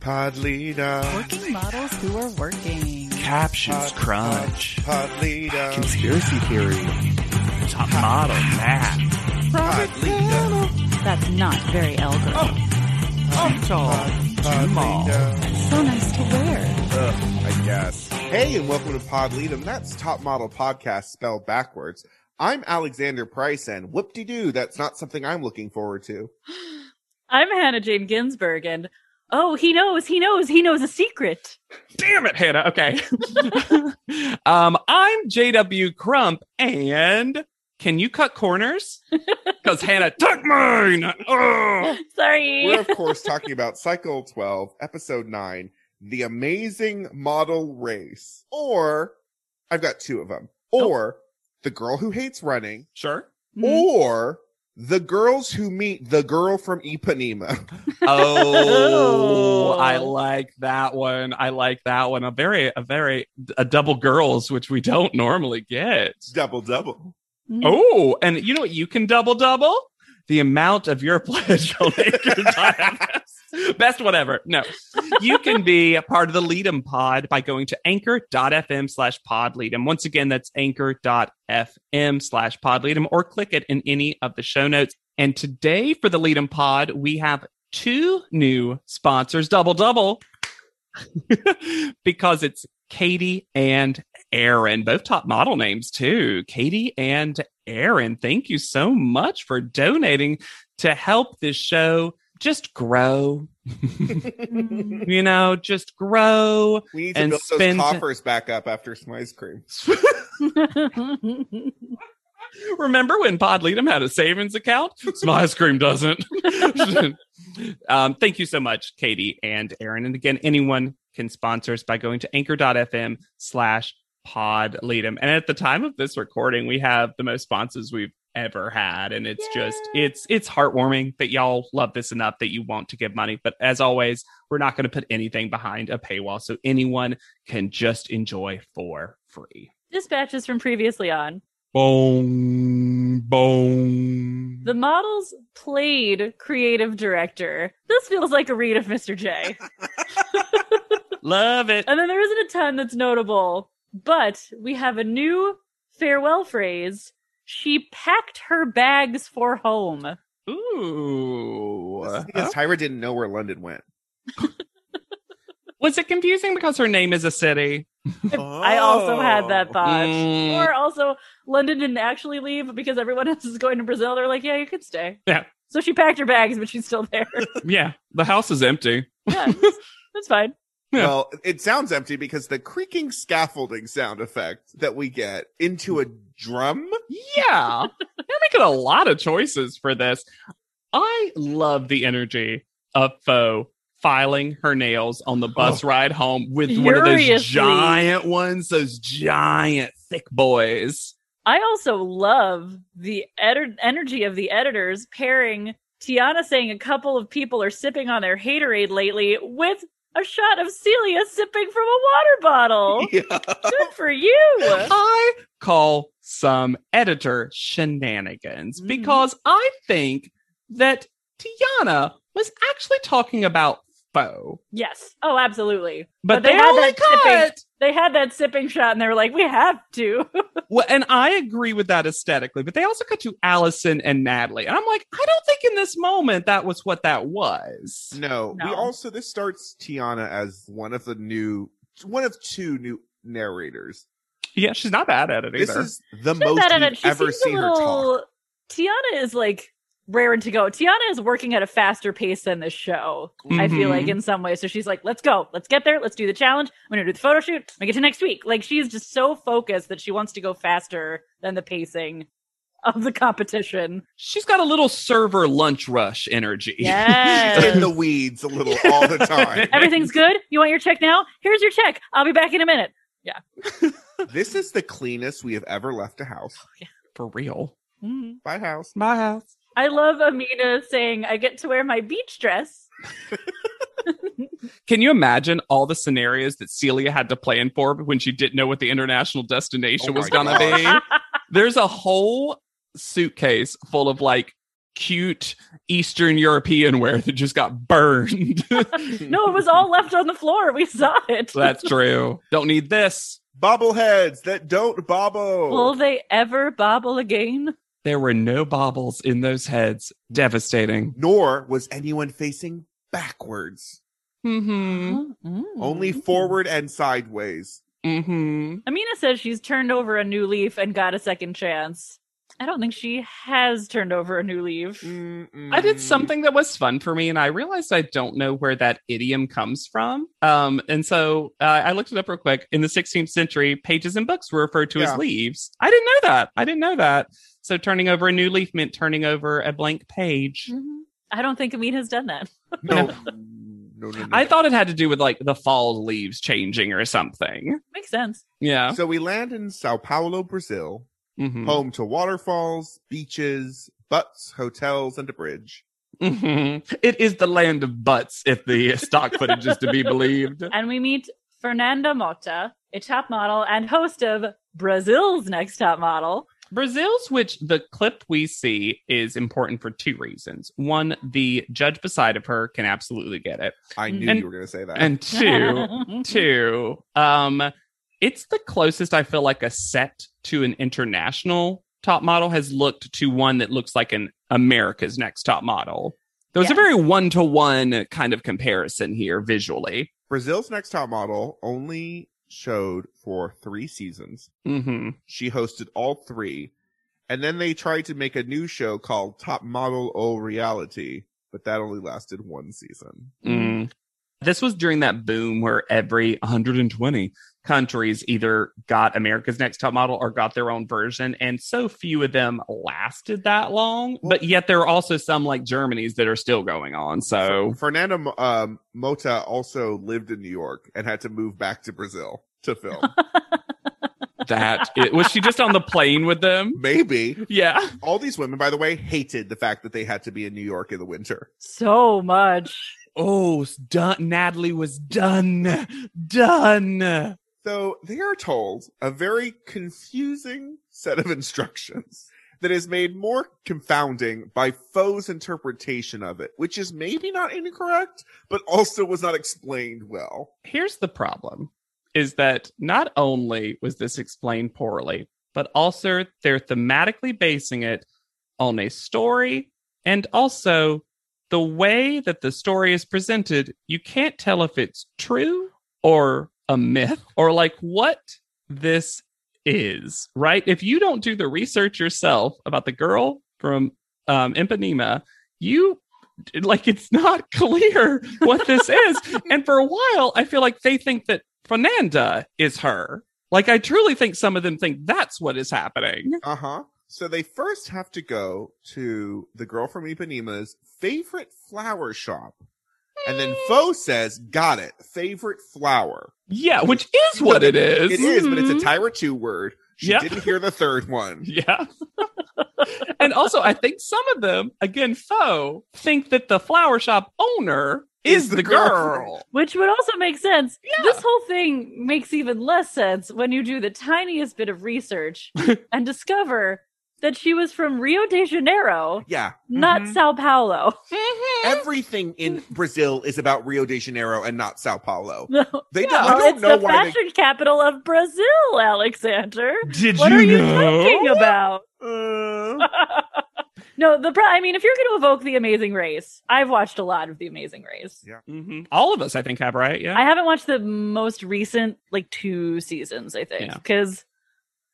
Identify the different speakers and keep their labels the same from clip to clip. Speaker 1: Podlita.
Speaker 2: Working models who are working.
Speaker 3: Captions crunch.
Speaker 1: Podlita.
Speaker 3: Conspiracy theory. Top model Matt.
Speaker 1: Podlita.
Speaker 2: That's not very elegant.
Speaker 1: Podlita.
Speaker 2: So nice to wear.
Speaker 1: I guess. Hey, and welcome to Podlita. That's Top Model Podcast spelled backwards. I'm Alexander Price, and whoop de doo, that's not something I'm looking forward to.
Speaker 4: I'm Hannah Jane Ginsburg, and oh, he knows, he knows, he knows a secret.
Speaker 3: Damn it, Hannah. Okay. um, I'm JW Crump, and can you cut corners? Because Hannah took mine. Oh.
Speaker 4: Sorry.
Speaker 1: We're, of course, talking about Cycle 12, Episode 9, The Amazing Model Race. Or, I've got two of them. Or, The Girl Who Hates Running.
Speaker 3: Sure.
Speaker 1: or the girls who meet the girl from Ipanema.
Speaker 3: Oh, I like that one. I like that one. A very, a very, a double girls, which we don't normally get.
Speaker 1: Double double.
Speaker 4: Mm-hmm.
Speaker 3: Oh, and you know what? You can double double the amount of your pledge. will make your time best. Best whatever. No, you can be a part of the Leadem pod by going to anchor.fm slash podleadem. Once again, that's anchor.fm slash podleadem or click it in any of the show notes. And today for the Leadem pod, we have two new sponsors, double double, because it's Katie and Aaron, both top model names too. Katie and Aaron, thank you so much for donating to help this show just grow.
Speaker 4: Mm.
Speaker 1: we
Speaker 3: you know, just grow.
Speaker 1: need to
Speaker 3: And
Speaker 1: build those
Speaker 3: spend-
Speaker 1: coffers back up after some ice cream.
Speaker 3: Remember when Pod Leadem had a savings account? Some ice cream doesn't. um, thank you so much, Katie and Aaron. And again, anyone can sponsor us by going to anchor.fm slash pod leadem. And at the time of this recording, we have the most sponsors we've ever had. And it's just it's it's heartwarming that y'all love this enough that you want to give money. But as always, we're not going to put anything behind a paywall. So anyone can just enjoy for free.
Speaker 4: Dispatches from previously on.
Speaker 3: Boom, boom.
Speaker 4: The models played creative director. This feels like a read of Mr. J.
Speaker 3: Love it.
Speaker 4: And then there isn't a ton that's notable, but we have a new farewell phrase. She packed her bags for home.
Speaker 3: Ooh.
Speaker 1: This is because Tyra didn't know where London went.
Speaker 3: Was it confusing because her name is a city?
Speaker 4: I also had that thought.
Speaker 3: Mm.
Speaker 4: Or also, London didn't actually leave because everyone else is going to Brazil. They're like, yeah, you could stay.
Speaker 3: Yeah.
Speaker 4: So she packed her bags, but she's still there.
Speaker 3: Yeah. The house is empty.
Speaker 4: yeah, that's, that's fine.
Speaker 3: Yeah.
Speaker 1: Well, it sounds empty because the creaking scaffolding sound effect that we get into a drum.
Speaker 3: Yeah. They're making a lot of choices for this. I love the energy of Fo filing her nails on the bus ride home with one of those
Speaker 4: Furiously.
Speaker 3: giant ones, those giant thick boys.
Speaker 4: I also love the ed- energy of the editors pairing Tiana saying a couple of people are sipping on their haterade lately with a shot of Celia sipping from a water bottle.
Speaker 1: Yeah.
Speaker 4: Good for you.
Speaker 3: I call some editor shenanigans
Speaker 4: Mhm.
Speaker 3: because I think that Tiana was actually talking about Fo,
Speaker 4: Yes. Oh, absolutely.
Speaker 3: but,
Speaker 4: But they
Speaker 3: they,
Speaker 4: had
Speaker 3: only
Speaker 4: that sipping-
Speaker 3: cut.
Speaker 4: They had that sipping shot and they were like, we have to.
Speaker 3: well, and I agree with that aesthetically, but they also cut to Allison and Natalie, and I'm like, I don't think in this moment that was what that was.
Speaker 1: No, we
Speaker 4: No.
Speaker 1: also this starts Tiana as one of the new, one of two new narrators.
Speaker 3: Yeah, she's not bad at it either.
Speaker 1: This is the
Speaker 4: She's
Speaker 1: most
Speaker 4: bad at
Speaker 1: we've
Speaker 4: it. She
Speaker 1: ever
Speaker 4: seems a
Speaker 1: seen her talk.
Speaker 4: little- Tiana is like raring to go. Tiana is working at a faster pace than this show. I feel like
Speaker 1: Mm-hmm.
Speaker 3: Mhm.
Speaker 4: in some way. So she's like, let's go, let's get there, let's do the challenge. I'm gonna do the photo shoot. I get to next week. Like she's just so focused that she wants to go faster than the pacing of the competition.
Speaker 3: she's got a little server lunch rush energy.
Speaker 4: Yes.
Speaker 1: in the weeds a little all the time.
Speaker 4: Everything's good. You want your check now? Here's your check. I'll be back in a minute.
Speaker 1: this is the cleanest we have ever left a house.
Speaker 3: for real.
Speaker 4: Mhm.
Speaker 1: Bye, house.
Speaker 3: My house.
Speaker 4: I love Amina saying, I get to wear my beach dress.
Speaker 3: Can you imagine all the scenarios that Celia had to plan for when she didn't know what the international destination
Speaker 1: Oh my
Speaker 3: was going to
Speaker 1: gosh.
Speaker 3: be? There's a whole suitcase full of like cute Eastern European wear that just got burned.
Speaker 4: No, it was all left on the floor. We saw it.
Speaker 3: That's true. Don't need this.
Speaker 1: Bobbleheads that don't bobble.
Speaker 4: Will
Speaker 3: Oh.
Speaker 4: they ever bobble again?
Speaker 3: There were no baubles in those heads. Devastating.
Speaker 1: Nor was anyone facing backwards,
Speaker 3: Mm-hmm.
Speaker 1: only forward and sideways.
Speaker 3: Mm-hmm.
Speaker 4: Amina says she's turned over a new leaf and got a second chance. I don't think she has turned over a new leaf.
Speaker 3: Mm. I
Speaker 1: Mm-hmm.
Speaker 3: did something that was fun for me, and I realized I don't know where that idiom comes from. Um, and so uh, I looked it up real quick. In the 16th century, pages and books were referred to
Speaker 1: Yeah.
Speaker 3: as leaves. I didn't know that. I didn't know that. So turning over a new leaf meant turning over a blank page.
Speaker 4: Mhm. I don't think Amina has done that.
Speaker 1: No, no, no, no.
Speaker 3: I thought it had to do with like the fall leaves changing or something.
Speaker 4: Makes sense.
Speaker 3: Yeah.
Speaker 1: So we land in Sao Paulo, Brazil,
Speaker 3: Mhm.
Speaker 1: home to waterfalls, beaches, butts, hotels, and a bridge.
Speaker 3: Mhm. It is the land of butts, if the stock footage is to be believed.
Speaker 4: And we meet Fernanda Mota, a top model and host of Brazil's Next Top Model.
Speaker 3: Brazil's, which the clip we see is important for two reasons. One, the judge beside of her can absolutely get it.
Speaker 1: I knew
Speaker 3: And-
Speaker 1: you were going to say that.
Speaker 3: And two, two, um, it's the closest I feel like a set to an international top model has looked to one that looks like an America's next top model. There was a
Speaker 4: Yes.
Speaker 3: very one to one kind of comparison here visually.
Speaker 1: Brazil's Next Top Model only showed for three seasons.
Speaker 3: hmm
Speaker 1: She hosted all three. And then they tried to make a new show called Top Model O Reality, but that only lasted one season.
Speaker 3: Mm. This was during that boom where every 120 countries either got America's Next Top Model or got their own version. And so few of them lasted that long. But yet there are also some like Germany's that are still going on. So
Speaker 1: Fer- Fernanda um, Mota also lived in New York and had to move back to Brazil to film.
Speaker 3: that it, was she just on the plane with them?
Speaker 1: Maybe.
Speaker 3: Yeah.
Speaker 1: All these women, by the way, hated the fact that they had to be in New York in the winter.
Speaker 4: So much.
Speaker 3: Oh, s- done. Natalie was done. Done.
Speaker 1: So they are told a very confusing set of instructions that is made more confounding by Foe's interpretation of it, which is maybe not incorrect, but also was not explained well.
Speaker 3: Here's the problem is that not only was this explained poorly, but also they're thematically basing it on a story and also the way that the story is presented, you can't tell if it's true or a myth or like what this is, right? If you don't do the research yourself about the girl from um, Ipanema, you like it's not clear what this is. And for a while, I feel like they think that Fernanda is her. Like, I truly think some of them think that's what is happening.
Speaker 1: Uh huh. So they first have to go to the girl from Ipanema's favorite flower shop. And then
Speaker 3: Hmm.
Speaker 1: Foe says, got it, favorite flower.
Speaker 3: Yeah, which is what it is. Hmm.
Speaker 1: It is, but it's a
Speaker 4: Mhm.
Speaker 1: Tyra 2 word. She
Speaker 3: Yeah.
Speaker 1: didn't hear the third one.
Speaker 3: Yeah. and also, I think some of them, again, foe, think that the flower shop owner is, the, girl.
Speaker 4: Which would also make sense.
Speaker 3: Yeah.
Speaker 4: This whole thing makes even less sense when you do the tiniest bit of research and discover that she was from Rio de Janeiro,
Speaker 1: Yeah.
Speaker 4: not
Speaker 1: Mm-hmm.
Speaker 3: Mhm.
Speaker 4: Sao Paulo. Mm-hmm.
Speaker 1: Everything in Brazil is about Rio de Janeiro and not Sao Paulo.
Speaker 4: No,
Speaker 1: They
Speaker 3: Yeah.
Speaker 1: don't, I
Speaker 4: Well,
Speaker 1: don't
Speaker 4: it's
Speaker 1: know
Speaker 4: the
Speaker 1: why they-
Speaker 4: fashion capital of Brazil, Alexander.
Speaker 3: Did
Speaker 4: What are you talking about?
Speaker 1: Uh,
Speaker 4: No, the pro- I mean, if you're going to evoke The Amazing Race, I've watched a lot of The Amazing Race.
Speaker 1: Yeah.
Speaker 3: Mhm. All of us, I think, have, right? Yeah.
Speaker 4: I haven't watched the most recent, like two seasons, I think,
Speaker 3: Yeah.
Speaker 4: because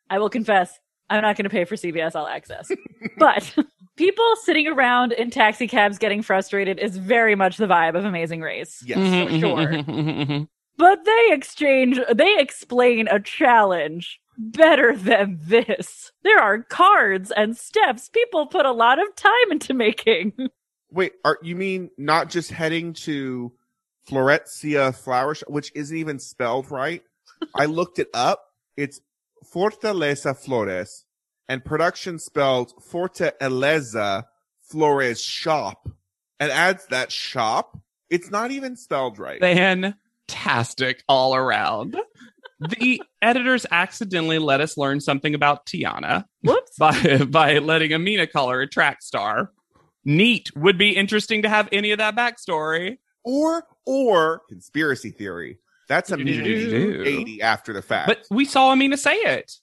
Speaker 4: I will confess, I'm not going to pay for CBS All Access. but people sitting around in taxi cabs getting frustrated is very much the vibe of Amazing Race.
Speaker 1: yes.
Speaker 3: Mhm, mhm,
Speaker 4: sure.
Speaker 3: mhm, mhm, mhm.
Speaker 4: But they exchange, they explain a challenge better than this. There are cards and steps people put a lot of time into making. Mm-hmm.
Speaker 1: Wait, are you mean not just heading to Florencia Flower Shop, which isn't even spelled right? I looked it up. It's Fortaleza Flores, and production spelled Fortaleza Flores Shop, and adds that shop. It's not even spelled right.
Speaker 3: fantastic all around. The editors accidentally let us learn something about Tiana
Speaker 4: Whoops.
Speaker 3: by by letting Amina call her a track star. Neat would be interesting to have any of that backstory.
Speaker 1: Or or conspiracy theory. That's a
Speaker 3: Do-do-do-do-do.
Speaker 1: minute eighty after the fact.
Speaker 3: But we saw Amina say it.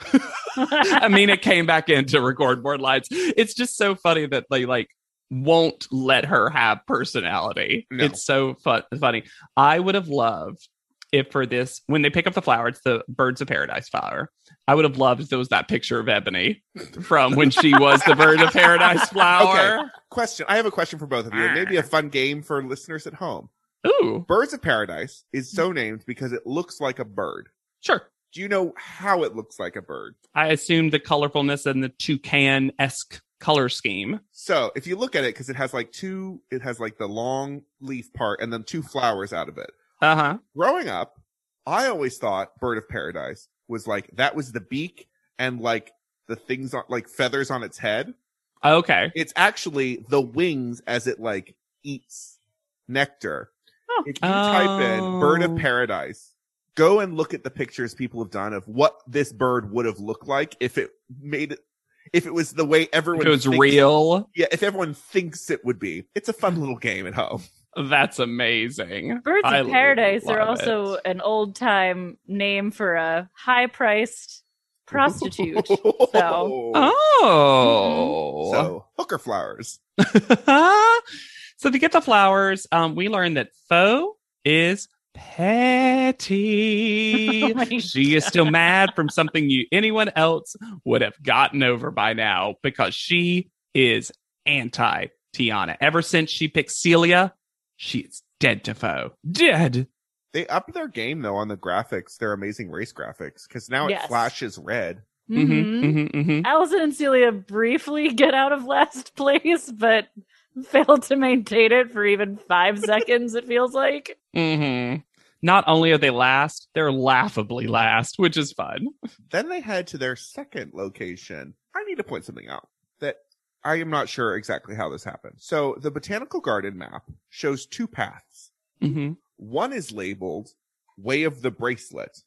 Speaker 3: Amina came back in to record more lines. It's just so funny that they like won't let her have personality.
Speaker 1: No.
Speaker 3: It's so fun- funny. I would have loved if for this when they pick up the flower, it's the Birds of Paradise flower. I would have loved if there was that picture of Ebony from when she was the Bird of Paradise flower.
Speaker 1: question. I have a question for both of you. and Maybe a fun game for listeners at home.
Speaker 3: Ooh,
Speaker 1: Birds of Paradise is so named because it looks like a bird.
Speaker 3: sure.
Speaker 1: Do you know how it looks like a bird?
Speaker 3: I assume the colorfulness and the toucan esque color scheme.
Speaker 1: So if you look at it, because it has like two, it has like the long leaf part and then two flowers out of it.
Speaker 3: Uh huh.
Speaker 1: Growing up, I always thought Bird of Paradise was like that was the beak and like the things on like feathers on its head.
Speaker 3: Okay.
Speaker 1: It's actually the wings as it like eats nectar.
Speaker 4: Oh.
Speaker 1: If you type in Bird
Speaker 3: Oh.
Speaker 1: of Paradise, go and look at the pictures people have done of what this bird would have looked like if it made it, if it was the way everyone
Speaker 3: If it was
Speaker 1: thinks
Speaker 3: real.
Speaker 1: yeah, if everyone thinks it would be, it's a fun little game at home.
Speaker 3: That's amazing.
Speaker 4: Birds
Speaker 3: I
Speaker 4: of Paradise are
Speaker 3: love
Speaker 4: also
Speaker 3: it.
Speaker 4: an old time name for a high priced prostitute.
Speaker 1: so.
Speaker 3: Oh.
Speaker 1: so hooker flowers.
Speaker 3: So. to get the flowers, um, we learned that Faux is petty. Mm-hmm.
Speaker 4: Oh my
Speaker 3: she is still mad from something you anyone else would have gotten over by now because she is anti Tiana. Ever since she picked Celia, she is dead to Faux. Dead.
Speaker 1: They upped their game though on the graphics, their amazing race graphics, because now it
Speaker 4: Yes.
Speaker 1: flashes red.
Speaker 4: Mhm.
Speaker 3: Mm-hmm, mm-hmm.
Speaker 4: Allison and Celia briefly get out of last place, but fail to maintain it for even five seconds, it feels like.
Speaker 3: hmm Not only are they last, they're laughably last, which is fun.
Speaker 1: Then they head to their second location. I need to point something out that I am not sure exactly how this happened. So the botanical garden map shows two paths.
Speaker 3: Mm-hmm.
Speaker 1: One is labeled Way of the Bracelet,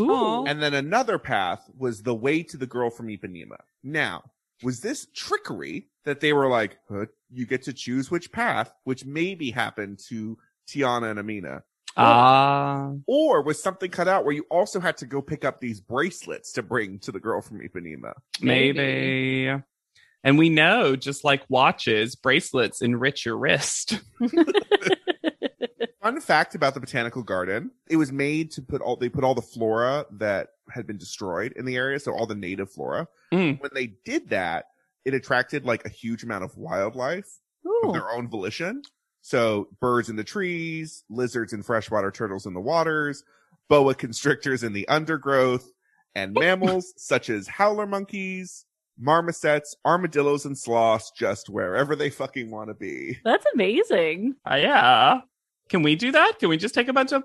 Speaker 3: Ooh.
Speaker 1: And then another path was the way to the girl from Ipanema. Now, was this trickery that they were like, "Huh, you get to choose which path, which maybe happened to Tiana and Amina?
Speaker 3: Ah,
Speaker 1: Or was something cut out where you also had to go pick up these bracelets to bring to the girl from Ipanema?
Speaker 3: maybe. And we know, just like watches, bracelets enrich your wrist.
Speaker 1: Fun fact about the botanical garden. It was made to put all, they put all the flora that had been destroyed in the area. So all the native flora.
Speaker 3: Mm.
Speaker 1: When they did that, it attracted like a huge amount of wildlife. of
Speaker 4: Ooh.
Speaker 1: their own volition. So birds in the trees, lizards and freshwater turtles in the waters, boa constrictors in the undergrowth, and mammals such as howler monkeys, marmosets, armadillos, and sloths, just wherever they fucking want to be.
Speaker 4: That's amazing.
Speaker 3: Ah, yeah. Can we do that? Can we just take a bunch of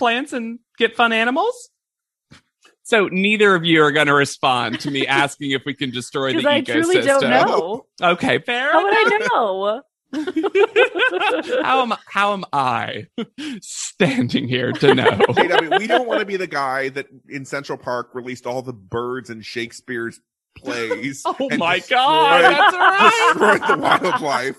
Speaker 3: plants and get fun animals? So neither of you are going to respond to me asking if we can destroy the
Speaker 4: Because
Speaker 3: ecosystem.
Speaker 4: I truly don't know.
Speaker 3: Okay, fair.
Speaker 4: How would I know?
Speaker 3: how am how am I standing here to know?
Speaker 1: JW, we don't want to be the guy that in Central Park released all the birds in Shakespeare's plays.
Speaker 3: oh
Speaker 1: and
Speaker 3: my
Speaker 1: destroyed-
Speaker 3: god, that's right.
Speaker 1: Destroyed the wildlife.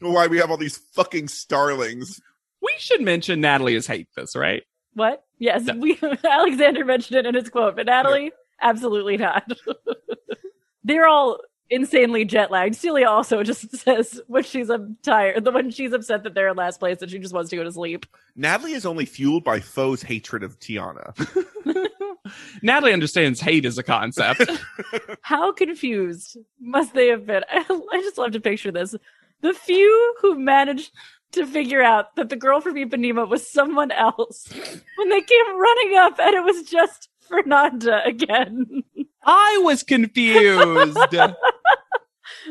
Speaker 1: Why we have all these fucking starlings
Speaker 3: We should mention Natalie has hate this, right?
Speaker 4: What? Yes,
Speaker 3: No.
Speaker 4: we Alexander mentioned it in his quote, but Natalie, absolutely not. They're all insanely jet lagged. Celia also just says when she's um, tired, the when she's upset that they're in last place and she just wants to go to sleep.
Speaker 1: Natalie is only fueled by Foe's hatred of Tiana.
Speaker 3: Natalie understands hate as a concept.
Speaker 4: How confused must they have been? I, just love to picture this. The few who managed to figure out that the girl from Ipanema was someone else when they came running up and it was just Fernanda again.
Speaker 3: I was confused.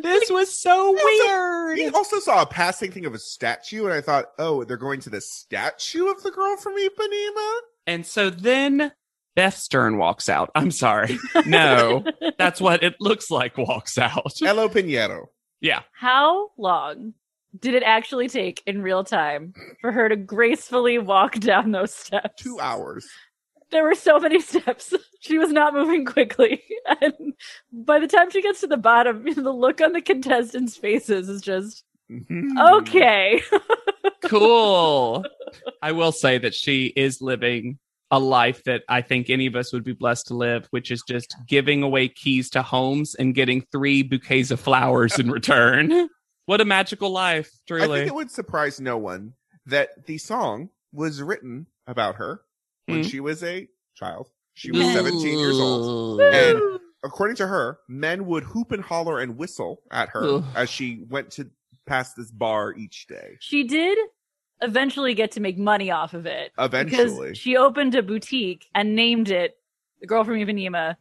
Speaker 3: this was so
Speaker 1: We
Speaker 3: weird.
Speaker 1: also saw a passing thing of a statue, and I thought, oh, they're going to the statue of the girl from Ipanema?
Speaker 3: And so then Beth Stern walks out. I'm sorry. No, that's what it looks like walks out.
Speaker 1: Elo Pinheiro.
Speaker 3: Yeah.
Speaker 4: How long did it actually take in real time for her to gracefully walk down those steps?
Speaker 1: Two hours.
Speaker 4: There were so many steps. She was not moving quickly. And by the time she gets to the bottom, the look on the contestants' faces is just,
Speaker 1: Mm-hmm. Hmm.
Speaker 4: okay.
Speaker 3: cool. I will say that she is living a life that I think any of us would be blessed to live, which is just giving away keys to homes and getting three bouquets of flowers in return. What a magical life,
Speaker 1: I
Speaker 3: truly.
Speaker 1: think it would surprise no one that the song was written about her when
Speaker 4: Hmm.
Speaker 3: Mhm.
Speaker 1: she was a child. She was 17 years old. And
Speaker 4: Woo.
Speaker 1: according to her, men would hoop and holler and whistle at her
Speaker 3: Ugh.
Speaker 1: as she went to past this bar each day.
Speaker 4: she did eventually get to make money off of it.
Speaker 1: Eventually.
Speaker 4: Because she opened a boutique and named it The Girl from Ipanema.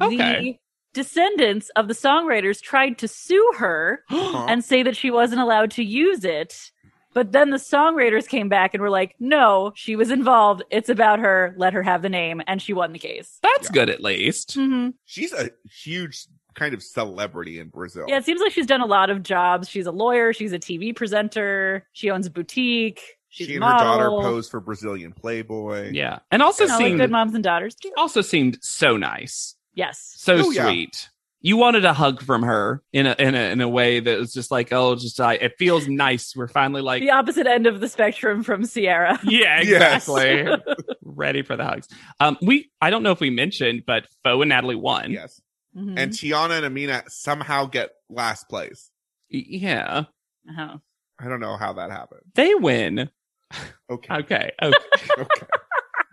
Speaker 3: Okay.
Speaker 4: The descendants of the songwriters tried to sue her
Speaker 1: Huh?
Speaker 4: and say that she wasn't allowed to use it. But then the songwriters came back and were like, no, she was involved. It's about her. Let her have the name. And she won the case.
Speaker 3: That's good at least.
Speaker 4: Mhm.
Speaker 1: She's a huge kind of celebrity in Brazil.
Speaker 4: Yeah, it seems like she's done a lot of jobs. She's a lawyer. She's a TV presenter. She owns a boutique. She's
Speaker 1: she
Speaker 4: a
Speaker 1: and her daughter
Speaker 4: model.
Speaker 1: posed for Brazilian Playboy.
Speaker 3: Yeah. And also
Speaker 4: You know, like
Speaker 3: seemed
Speaker 4: good moms and daughters. do.
Speaker 3: also seemed so nice.
Speaker 4: Yes.
Speaker 3: So
Speaker 1: Oh, yeah.
Speaker 3: sweet. You wanted a hug from her in a in a in a way that was just like, oh, just I it feels nice. We're finally like
Speaker 4: the opposite end of the spectrum from Sierra.
Speaker 3: Yeah,
Speaker 1: Yes.
Speaker 3: exactly. Ready for the hugs. Um, we I don't know if we mentioned, but Foe and Natalie won.
Speaker 1: Yes.
Speaker 4: Mhm.
Speaker 1: And Tiana and Amina somehow get last place.
Speaker 3: Y- yeah.
Speaker 4: Uh-huh.
Speaker 1: I don't know how that happened.
Speaker 3: They win.
Speaker 1: Okay.
Speaker 3: Okay. Oh, okay.
Speaker 1: okay.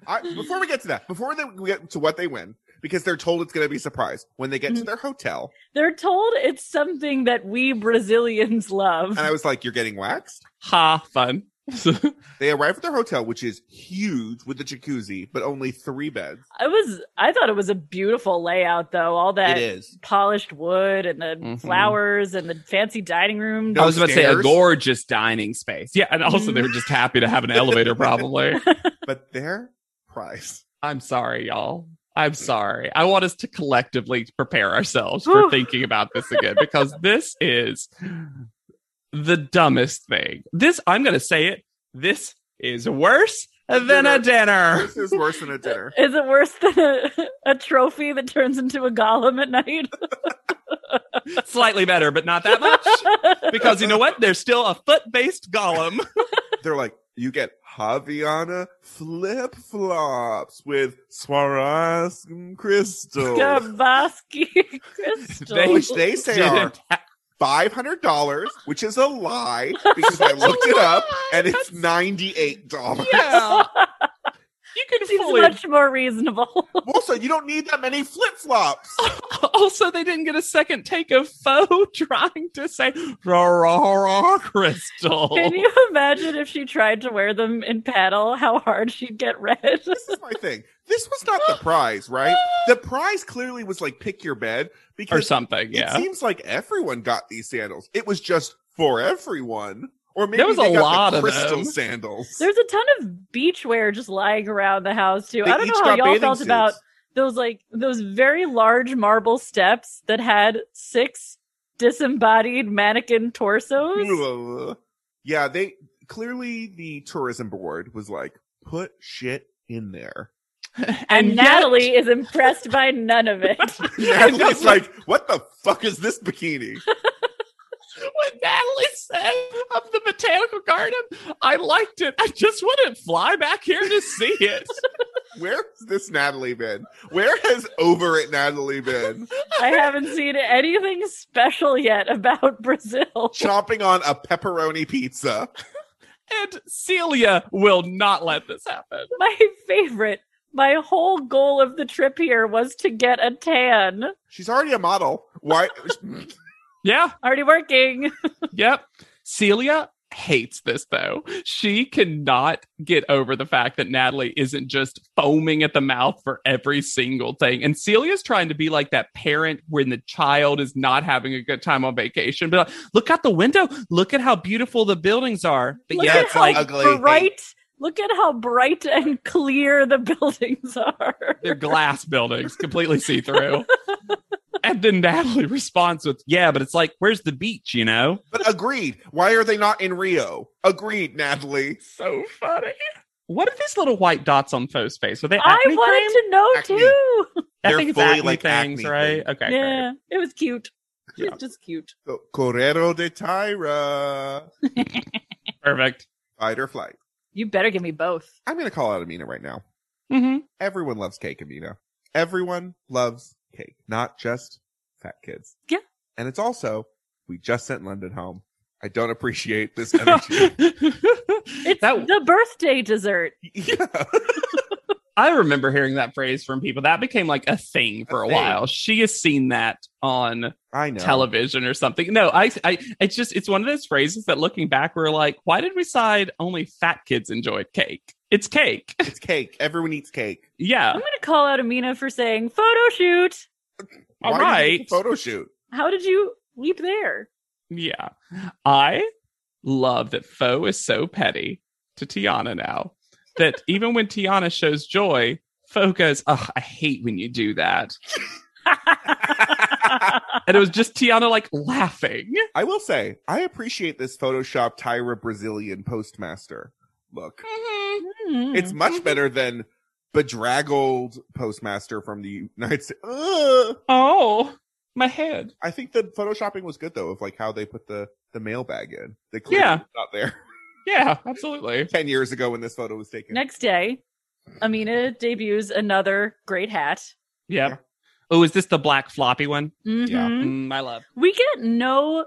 Speaker 1: I, before we get to that, before they, we get to what they win, because they're told it's going to be a surprise when they get to
Speaker 4: Mhm.
Speaker 1: their hotel,
Speaker 4: They're told it's something that we Brazilians love.
Speaker 1: and I was like, "You're getting waxed."
Speaker 3: ha, fun.
Speaker 1: They arrive at their hotel, which is huge with a jacuzzi, but only three beds.
Speaker 4: I was I thought it was a beautiful layout though, all
Speaker 1: it
Speaker 4: that
Speaker 1: is.
Speaker 4: polished wood and the
Speaker 1: Mm-hmm.
Speaker 3: Mhm.
Speaker 4: flowers and the fancy dining room.
Speaker 1: No.
Speaker 3: I was about to say a
Speaker 1: Downstairs.
Speaker 3: gorgeous dining space. Yeah, and also they were just happy to have an elevator, probably.
Speaker 1: But their price.
Speaker 3: I'm sorry, y'all. I'm sorry. I want us to collectively prepare ourselves for
Speaker 4: Oof.
Speaker 3: thinking about this again because this is the dumbest thing. This, I'm going to say it, this is worse than a dinner.
Speaker 1: This is worse than a dinner.
Speaker 4: Is it worse than a, a trophy that turns into a golem at night?
Speaker 3: Slightly better, but not that much because you know what? There's still a foot based golem.
Speaker 1: They're like, you get Javiana flip flops with Swarovski crystals,
Speaker 4: Gaboski crystal. Oh,
Speaker 1: which they say are
Speaker 3: Didn't ha-
Speaker 1: five hundred dollars, which is a lie because I looked it up and it's ninety eight dollars.
Speaker 3: Yeah. You can
Speaker 4: Seems
Speaker 3: fully.
Speaker 4: much more reasonable.
Speaker 1: Also, you don't need that many flip flops.
Speaker 3: Also, they didn't get a second take of foe trying to say rah, rah, rah, crystal.
Speaker 4: Can you imagine if she tried to wear them in paddle, how hard she'd get red?
Speaker 1: this is my thing. This was not the prize, right? The prize clearly was like pick your bed
Speaker 3: or
Speaker 1: because
Speaker 3: something.
Speaker 1: It
Speaker 3: Yeah.
Speaker 1: seems like everyone got these sandals. It was just for everyone. Or maybe
Speaker 3: There was
Speaker 1: they
Speaker 3: a
Speaker 1: got
Speaker 3: lot
Speaker 1: the
Speaker 3: of
Speaker 1: crystal
Speaker 3: them.
Speaker 1: sandals.
Speaker 4: There's a ton of beachwear just lying around the house too.
Speaker 1: They
Speaker 4: I don't
Speaker 1: each
Speaker 4: know how
Speaker 1: got
Speaker 4: y'all
Speaker 1: bathing
Speaker 4: felt
Speaker 1: suits.
Speaker 4: about those like those very large marble steps that had six disembodied mannequin torsos.
Speaker 1: Ugh. Yeah, they clearly the tourism board was like, put shit in there.
Speaker 4: And,
Speaker 3: yet-
Speaker 4: Natalie is impressed by none of it.
Speaker 1: And
Speaker 3: that's
Speaker 1: it's like, what the fuck is this bikini?
Speaker 3: what Natalie said of the botanical garden, I liked it. I just wouldn't fly back here to see it.
Speaker 1: Where has this Natalie been? Where has over it Natalie been?
Speaker 4: I haven't seen anything special yet about Brazil.
Speaker 1: Chomping on a pepperoni pizza.
Speaker 3: and Celia will not let this happen.
Speaker 4: My favorite, my whole goal of the trip here was to get a tan.
Speaker 1: She's already a model. Why?
Speaker 3: Yeah.
Speaker 4: Already working.
Speaker 3: Yep. Celia hates this though. She cannot get over the fact that Natalie isn't just foaming at the mouth for every single thing. And Celia's trying to be like that parent when the child is not having a good time on vacation. But like, look out the window. Look at how beautiful the buildings are. But
Speaker 4: Look
Speaker 3: yeah,
Speaker 4: at
Speaker 3: it's
Speaker 4: how
Speaker 3: like
Speaker 1: ugly.
Speaker 4: bright. Look at how bright and clear the buildings are.
Speaker 3: they're glass buildings, completely see through. and then Natalie responds with, Yeah, but it's like, where's the beach, you know?
Speaker 1: But agreed. Why are they not in Rio? Agreed, Natalie.
Speaker 3: So funny. What are these little white dots on Foe's face? Are they
Speaker 4: I
Speaker 3: acne cream?
Speaker 4: wanted to know
Speaker 1: Acne.
Speaker 4: too.
Speaker 3: I
Speaker 5: They're
Speaker 3: think it's
Speaker 5: fully,
Speaker 3: acne
Speaker 5: like,
Speaker 3: things,
Speaker 5: acne
Speaker 3: right?
Speaker 5: things.
Speaker 3: Okay.
Speaker 4: yeah, it was cute.
Speaker 3: Yeah.
Speaker 4: It's just cute.
Speaker 1: So, Correro de Tyra.
Speaker 3: Perfect.
Speaker 1: Fight or flight.
Speaker 4: You better give me both.
Speaker 1: I'm going to call out Amina right now.
Speaker 3: Mm-hmm.
Speaker 1: Everyone loves cake, Amina. Everyone loves cake, not just fat kids.
Speaker 4: Yeah.
Speaker 1: And it's also, we just sent London home. I don't appreciate this energy.
Speaker 4: It's
Speaker 3: That-
Speaker 4: the birthday dessert.
Speaker 1: yeah.
Speaker 3: I remember hearing that phrase from people. That became like a thing for
Speaker 1: A
Speaker 3: a,
Speaker 1: thing.
Speaker 3: while. She has seen that on
Speaker 1: I know.
Speaker 3: television or something. No, I, I, it's just, it's one of those phrases that looking back, we're like, why did we decide only fat kids enjoyed cake? It's cake.
Speaker 1: it's cake. Everyone eats cake.
Speaker 4: I'm
Speaker 3: Yeah.
Speaker 4: gonna call out Amina for saying photo shoot.
Speaker 3: All
Speaker 1: Why did you
Speaker 3: right.
Speaker 1: do the Photo shoot.
Speaker 4: How did you leap there?
Speaker 3: Yeah. I love that Fo is so petty to Tiana now that even when Tiana shows joy, Fo goes, oh, I hate when you do that. And it was just Tiana like laughing.
Speaker 1: I will say, I appreciate this Photoshop Tyra Brazilian postmaster look.
Speaker 3: Mm-hmm.
Speaker 4: Hmm.
Speaker 1: It's much better than bedraggled postmaster from the United States. Ugh.
Speaker 3: Oh, my head.
Speaker 1: I think the photoshopping was good though, of like how they put the the mailbag in. They clearly
Speaker 3: Yeah.
Speaker 1: yeah. not there
Speaker 3: Yeah, absolutely.
Speaker 1: ten years ago when this photo was taken.
Speaker 4: next day. Amina debuts another great hat.
Speaker 3: Yep. Oh, is this the black floppy one?
Speaker 1: Yeah.
Speaker 4: Mhm.
Speaker 3: Mm, I love.
Speaker 4: We get no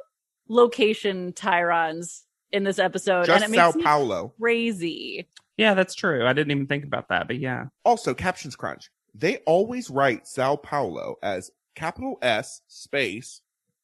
Speaker 4: location Tyrons in this episode,
Speaker 1: Just
Speaker 4: and it
Speaker 1: Sao
Speaker 4: makes me
Speaker 1: Paulo.
Speaker 4: crazy.
Speaker 3: Yeah, that's true. I didn't even think about that, but yeah.
Speaker 1: Also, captions crunch. They always write Sao Paulo as capital S space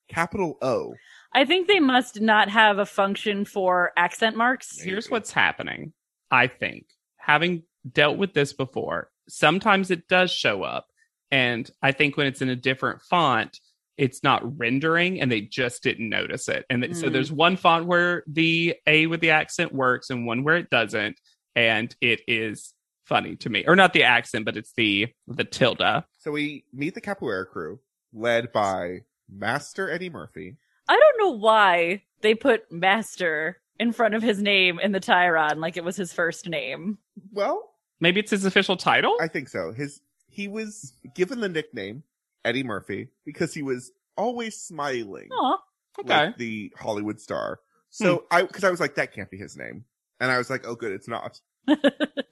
Speaker 1: capital O.
Speaker 4: I think they must not have a function for accent marks.
Speaker 3: Here's
Speaker 1: Maybe.
Speaker 3: what's happening. I think having dealt with this before, sometimes it does show up. And I think when it's in a different font, it's not rendering and they just didn't notice it. And th-
Speaker 1: Hmm.
Speaker 3: so
Speaker 4: Mm.
Speaker 3: there's one font where the A with the accent works and one where it doesn't. And it is funny to me. Or not the accent, but it's the the tilde.
Speaker 1: So we meet the capoeira crew led by Master Eddie Murphy.
Speaker 4: I don't know why they put master in front of his name in the Tyron like it was his first name.
Speaker 1: Well,
Speaker 3: Maybe it's his official title.
Speaker 1: I think so. His he was given the nickname Eddie Murphy because he was always smiling.
Speaker 4: Aw.
Speaker 3: okay. Hmm.
Speaker 1: like the Hollywood star. So I because I was like, that can't be his name. And I was like, oh good, it's not.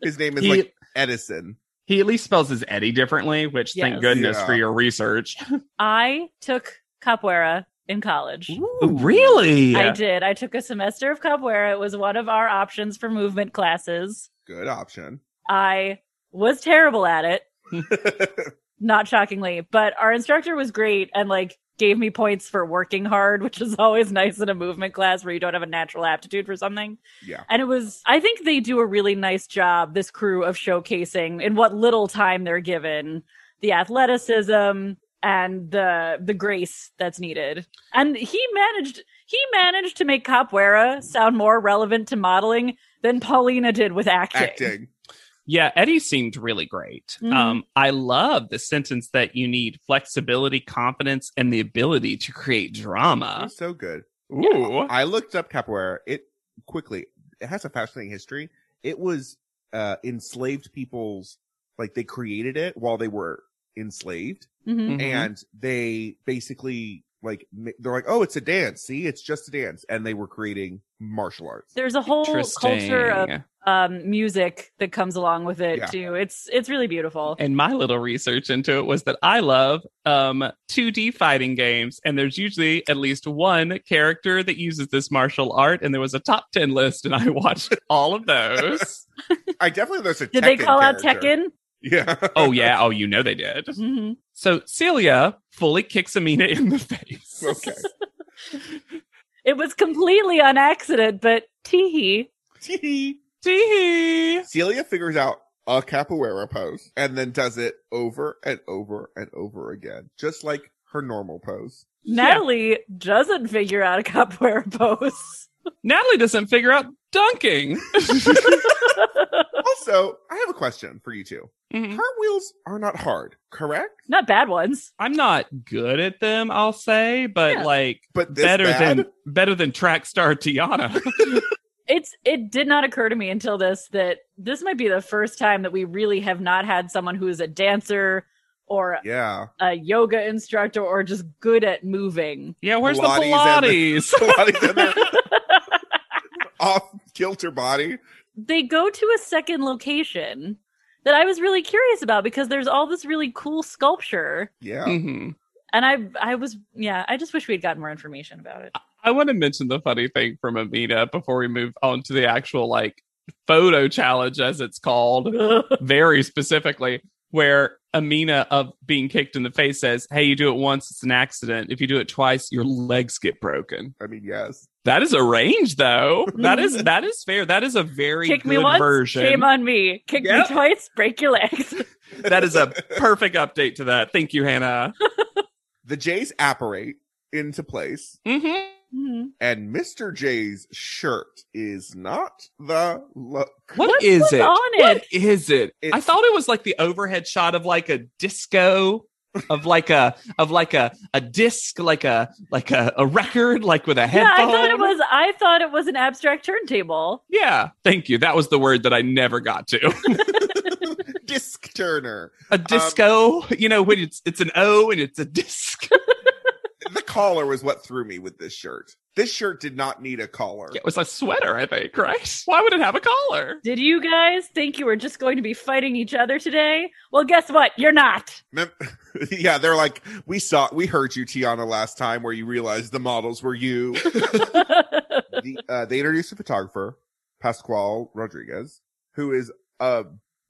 Speaker 1: his name is
Speaker 3: he,
Speaker 1: like Edison.
Speaker 3: he at least spells his Eddie differently, which
Speaker 4: Yes.
Speaker 3: thank goodness
Speaker 1: Yeah.
Speaker 3: for your research.
Speaker 4: I took capoeira in college.
Speaker 3: Oh, really?
Speaker 4: I did. I took a semester of capoeira. It was one of our options for movement classes.
Speaker 1: Good option.
Speaker 4: I was terrible at it, not shockingly, but our instructor was great and like gave me points for working hard, which is always nice in a movement class where you don't have a natural aptitude for something.
Speaker 1: yeah.
Speaker 4: And it was, I think they do a really nice job, this crew of showcasing in what little time they're given the athleticism and the the grace that's needed. And he managed he managed to make capoeira sound more relevant to modeling than Paulina did with acting.
Speaker 1: Acting.
Speaker 3: Yeah, Eddie seemed really great.
Speaker 4: Mhm.
Speaker 3: Um, I love the sentence that you need flexibility, confidence, and the ability to create drama. Mm-hmm.
Speaker 1: He's so good.
Speaker 3: Uh, Ooh.
Speaker 1: I looked up capoeira. It quickly it has a fascinating history. It was uh enslaved people's like they created it while they were enslaved.
Speaker 4: Mhm.
Speaker 3: Mhm.
Speaker 1: and they basically like ma- they're like oh it's a dance see it's just a dance and they were creating martial arts
Speaker 4: There's a whole culture of
Speaker 3: Interesting.
Speaker 4: um, music that comes along with it
Speaker 1: Yeah.
Speaker 4: too. It's it's really beautiful.
Speaker 3: And my little research into it was that I love um, 2D fighting games, and there's usually at least one character that uses this martial art. And there was a top 10 list, and I watched all of those.
Speaker 1: i definitely there's a
Speaker 4: Did
Speaker 1: Tekken
Speaker 4: they call out
Speaker 1: character.
Speaker 4: Tekken?
Speaker 1: yeah
Speaker 3: oh, yeah. Oh, you know they did.
Speaker 4: hmm
Speaker 3: So Celia fully kicks Amina in the face.
Speaker 1: okay
Speaker 4: It was completely on accident, but teehee.
Speaker 1: Tee-hee.
Speaker 3: Tee-hee.
Speaker 1: celia figures out a capoeira pose and then does it over and over and over again just like her normal pose
Speaker 4: Natalie doesn't figure out a capoeira pose.
Speaker 3: Natalie doesn't figure out dunking.
Speaker 1: also i have a question for you two
Speaker 3: Mhm.
Speaker 1: cartwheels are not hard correct
Speaker 4: Not bad ones.
Speaker 3: I'm not good at them, I'll say, but
Speaker 4: Yeah.
Speaker 3: like
Speaker 1: but this
Speaker 3: better
Speaker 1: bad?
Speaker 3: than better than track star Tiana.
Speaker 4: It's it did not occur to me until this that this might be the first time that we really have not had someone who is a dancer or
Speaker 1: Yeah.
Speaker 4: a yoga instructor or just good at moving.
Speaker 3: Yeah, where's
Speaker 1: Pilates
Speaker 3: the Pilates?
Speaker 1: Pilates in their off kilter body.
Speaker 4: They go to a second location that I was really curious about because there's all this really cool sculpture.
Speaker 1: Yeah.
Speaker 3: Mhm.
Speaker 4: And I I was yeah, I just wish we had gotten more information about it.
Speaker 3: I want to mention the funny thing from Amina before we move on to the actual like photo challenge, as it's called, very specifically, where Amina of being kicked in the face says, "Hey, you do it once, it's an accident. If you do it twice, your legs get broken."
Speaker 1: I mean, yes.
Speaker 3: That is a range, though. That is that is fair. That is a very
Speaker 4: Kick
Speaker 3: good
Speaker 4: me once,
Speaker 3: version.
Speaker 4: shame on me. Kick
Speaker 3: Yep.
Speaker 4: me twice, break your legs.
Speaker 3: that is a perfect update to that. Thank you, Hannah.
Speaker 1: The J's apparate into place,
Speaker 3: hmm
Speaker 4: Mhm.
Speaker 1: and Mr. J's shirt is not the look.
Speaker 3: what
Speaker 4: What's-
Speaker 3: is
Speaker 4: what's
Speaker 3: it?
Speaker 4: on
Speaker 3: What
Speaker 4: it?
Speaker 3: is it? I
Speaker 1: It's-
Speaker 3: thought it was like the overhead shot of like a disco, of like a of like a a disc, like a like a, a record, like with a
Speaker 4: Yeah, I
Speaker 3: headphone.
Speaker 4: thought it was I thought it was an abstract turntable.
Speaker 3: Yeah, thank you. That was the word that I never got to.
Speaker 1: Disc Turner.
Speaker 3: A disco, you know, when it's it's an O and it's a disc.
Speaker 1: The collar was what threw me with this shirt. This shirt did not need a collar.
Speaker 3: It was a sweater, I think, right? Why would it have a collar?
Speaker 4: Did you guys think you were just going to be fighting each other today? Well, guess what? You're not.
Speaker 1: Mem- yeah, they're like, we saw, we heard you, Tiana, last time where you realized the models were you. the, uh, they introduced a photographer, Pascual Rodriguez, who is a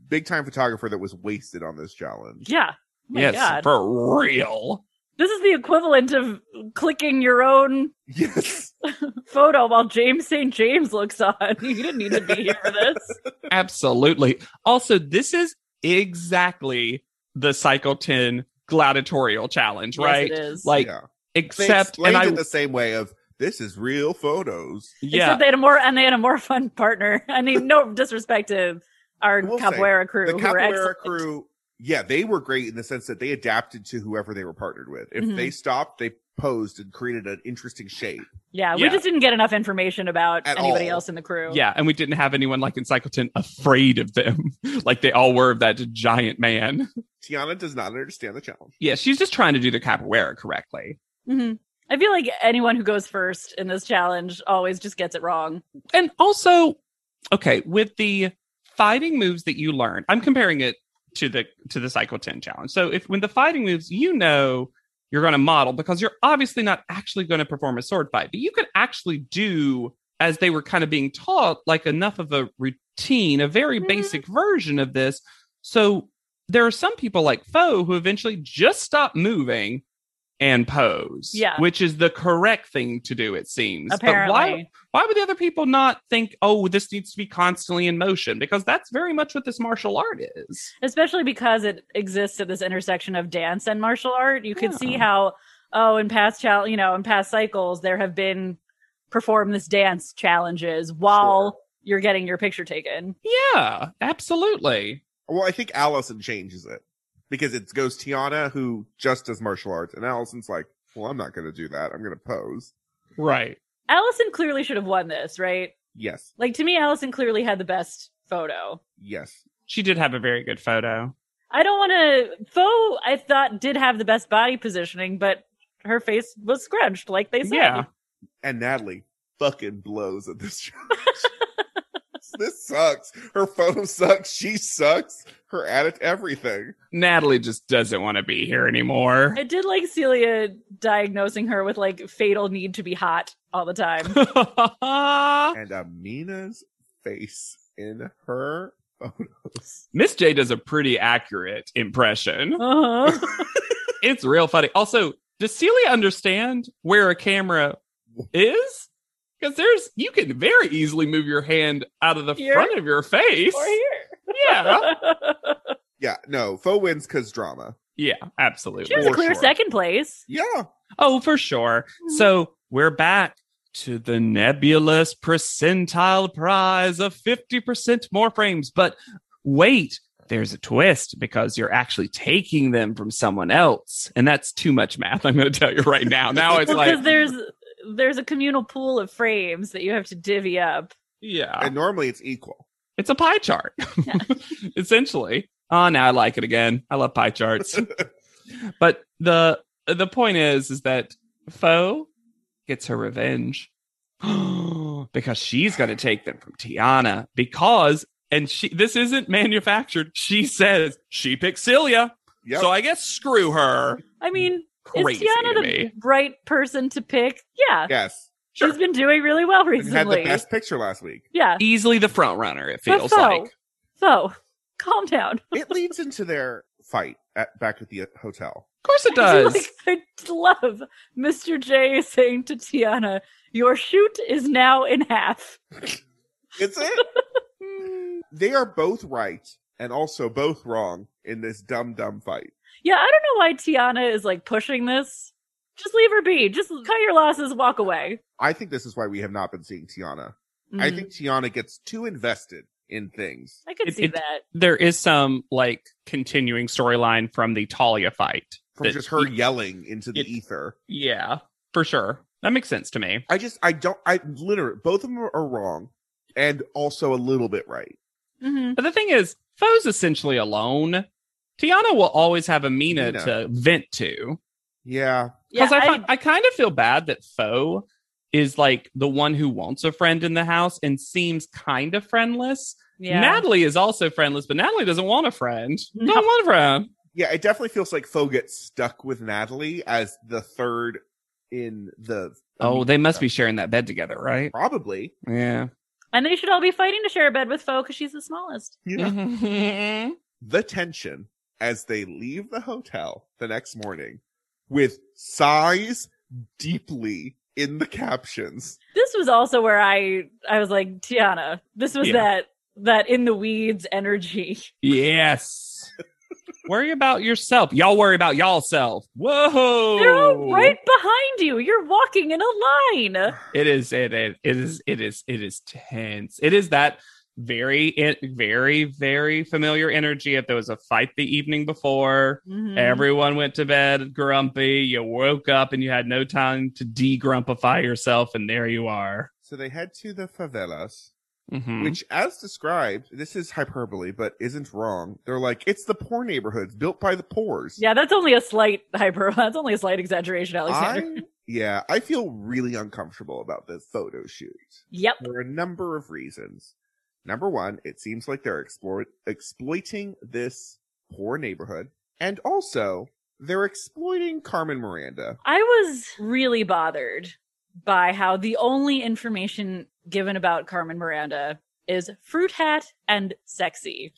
Speaker 1: big time photographer that was wasted on this challenge.
Speaker 4: yeah. Oh my
Speaker 3: yes,
Speaker 4: God.
Speaker 3: for real.
Speaker 4: This is the equivalent of clicking your own
Speaker 1: Yes.
Speaker 4: photo while James St. James looks on. You didn't need to be here for this.
Speaker 3: Absolutely. Also, this is exactly the Cycle 10 gladiatorial challenge, right?
Speaker 4: Yes, it is.
Speaker 3: Like,
Speaker 1: yeah. They
Speaker 3: except,
Speaker 1: explained
Speaker 3: and I,
Speaker 1: it the same way of this is real photos.
Speaker 3: yeah,
Speaker 4: Except they had a more and they had a more fun partner. I mean, no disrespect to our
Speaker 1: I will say,
Speaker 4: capoeira crew.
Speaker 1: The
Speaker 4: who were
Speaker 1: Capoeira
Speaker 4: excellent.
Speaker 1: crew, yeah, they were great in the sense that they adapted to whoever they were partnered with. If
Speaker 4: Mhm.
Speaker 1: they stopped, they posed and created an interesting shape.
Speaker 4: Yeah, we
Speaker 3: Yeah.
Speaker 4: just didn't get enough information about
Speaker 1: At
Speaker 4: anybody
Speaker 1: all.
Speaker 4: else in the crew.
Speaker 3: yeah. And we didn't have anyone like in Cycle 10 afraid of them, like they all were of that giant man.
Speaker 1: Tiana does not understand the challenge.
Speaker 3: Yeah, she's just trying to do the capoeira correctly.
Speaker 4: hmm I feel like anyone who goes first in this challenge always just gets it wrong.
Speaker 3: And also, okay, with the fighting moves that you learn, I'm comparing it to the to the Cycle 10 challenge. So if when the fighting moves, you know you're going to model because you're obviously not actually going to perform a sword fight, but you could actually do as they were kind of being taught like enough of a routine, a very
Speaker 4: Mhm.
Speaker 3: basic version of this. So there are some people like Foe who eventually just stop moving and pose,
Speaker 4: Yeah.
Speaker 3: which is the correct thing to do, it seems. But why-
Speaker 4: Apparently,
Speaker 3: why would the other people not think, oh, this needs to be constantly in motion? Because that's very much what this martial art is.
Speaker 4: especially because it exists at this intersection of dance and martial art you could see
Speaker 3: Yeah.
Speaker 4: how oh in past chal- you know in past cycles there have been perform this dance challenges while you're getting your picture taken
Speaker 3: Yeah, absolutely.
Speaker 1: Well, I think Allison changes it because it goes Tiana who just does martial arts, and Allison's like, "Well, I'm not going to do that. I'm going to pose."
Speaker 3: Right.
Speaker 4: allison clearly should have won this right
Speaker 1: Yes,
Speaker 4: like to me allison clearly had the best photo
Speaker 1: yes.
Speaker 3: She did have a very good photo.
Speaker 4: i don't want to foe i thought did have the best body positioning but her face was scrunched like they said
Speaker 3: Yeah.
Speaker 1: And Natalie fucking blows at this challenge. this sucks. Her photo sucks. She sucks. Her attitude, everything.
Speaker 3: Natalie just doesn't want to be here anymore.
Speaker 4: i did like celia diagnosing her with like fatal need to be hot all the time
Speaker 1: And Amina's face in her.
Speaker 3: Miss J does a pretty accurate impression.
Speaker 4: Uh-huh.
Speaker 3: It's real funny. Also, does Celia understand where a camera is? Because there's, you can very easily move your hand out of the
Speaker 4: Here?
Speaker 3: front of your face.
Speaker 4: or here.
Speaker 3: Yeah.
Speaker 1: Yeah, no. Foe wins because drama.
Speaker 3: Yeah, absolutely.
Speaker 4: she has a
Speaker 1: For
Speaker 4: clear
Speaker 1: sure.
Speaker 4: second place.
Speaker 1: Yeah.
Speaker 3: Oh, for sure. So we're back to the nebulous percentile prize of 50% more frames. But wait, there's a twist because you're actually taking them from someone else. And that's too much math, I'm going to tell you right now. Now it's
Speaker 4: Well,
Speaker 3: like,
Speaker 4: because there's there's a communal pool of frames that you have to divvy up.
Speaker 3: yeah,
Speaker 1: And normally it's equal.
Speaker 3: it's a pie chart, essentially. Oh, now I like it again. I love pie charts. but the the point is, is that Fo gets her revenge because she's going to take them from Tiana because, and she this isn't manufactured. She says she picked Celia,
Speaker 1: Yep.
Speaker 3: so I guess screw her.
Speaker 4: I mean,
Speaker 3: Crazy
Speaker 4: is Tiana
Speaker 3: to
Speaker 4: the
Speaker 3: me.
Speaker 4: right person to pick? Yeah,
Speaker 1: yes.
Speaker 3: Sure.
Speaker 4: she's been doing really well
Speaker 1: It had the
Speaker 4: recently.
Speaker 1: best picture last week.
Speaker 4: Yeah,
Speaker 3: Easily the front runner. It
Speaker 4: But
Speaker 3: feels
Speaker 4: Fo,
Speaker 3: like
Speaker 4: Fo, calm down.
Speaker 1: It leads into their fight at back at the uh, hotel.
Speaker 3: Of course it
Speaker 4: I
Speaker 3: does.
Speaker 4: like, I love Mr. J saying to Tiana, "Your shoot is now in half."
Speaker 1: It's it. they are both right and also both wrong in this dumb dumb fight.
Speaker 4: Yeah, I don't know why Tiana is like pushing this. Just leave her be. Just cut your losses, walk away.
Speaker 1: I think this is why we have not been seeing Tiana. I
Speaker 4: Mm.
Speaker 1: think Tiana gets too invested in things.
Speaker 4: I could
Speaker 3: It-
Speaker 4: see
Speaker 3: it-
Speaker 4: that.
Speaker 3: there is some like continuing storyline from the Talia fight.
Speaker 1: From
Speaker 3: That-
Speaker 1: just her yelling into the
Speaker 3: it-
Speaker 1: ether.
Speaker 3: Yeah, for sure. That makes sense to me.
Speaker 1: I just I don't I literally both of them are- are wrong and also a little bit right.
Speaker 4: hmm
Speaker 3: But the thing is, Foe's essentially alone. Tiana will always have Amina
Speaker 1: Amina.
Speaker 3: to vent to.
Speaker 1: Yeah.
Speaker 4: Yeah,
Speaker 3: Because I,
Speaker 4: I,
Speaker 3: fi- I kind of feel bad that Foe is like the one who wants a friend in the house and seems kind of friendless.
Speaker 4: yeah.
Speaker 3: Natalie is also friendless, but Natalie doesn't want a friend.
Speaker 4: No.
Speaker 3: Don't want a friend.
Speaker 1: Yeah, it definitely feels like Foe gets stuck with Natalie as the third in the
Speaker 3: Oh, they must be sharing that bed together, right?
Speaker 1: probably.
Speaker 3: Yeah.
Speaker 4: and they should all be fighting to share a bed with Fo because she's the smallest.
Speaker 1: You know,
Speaker 3: Mm-hmm.
Speaker 1: the tension as they leave the hotel the next morning with sighs deeply in the captions.
Speaker 4: This was also where I I was like Tiana. This was
Speaker 3: Yeah.
Speaker 4: that that in the weeds energy.
Speaker 3: Yes. worry about yourself. Y'all worry about y'all self. Whoa.
Speaker 4: They're all right behind you. You're walking in a line.
Speaker 3: It is it, it it is it is it is tense. It is that very it, very very familiar energy if there was a fight the evening before.
Speaker 4: Mhm.
Speaker 3: Everyone went to bed grumpy. You woke up and you had no time to de-grumpify yourself, and there you are.
Speaker 1: So they head to the favelas,
Speaker 3: Mhm.
Speaker 1: which as described, this is hyperbole, but isn't wrong. They're like, it's the poor neighborhoods built by the poors.
Speaker 4: yeah, that's only a slight hyper. That's only a slight exaggeration, Alexander.
Speaker 1: I, yeah, I feel really uncomfortable about this photo shoot
Speaker 4: Yep.
Speaker 1: for a number of reasons. Number one, it seems like they're exploit exploiting this poor neighborhood. And also, they're exploiting Carmen Miranda.
Speaker 4: I was really bothered by how the only information given about Carmen Miranda is fruit hat and sexy.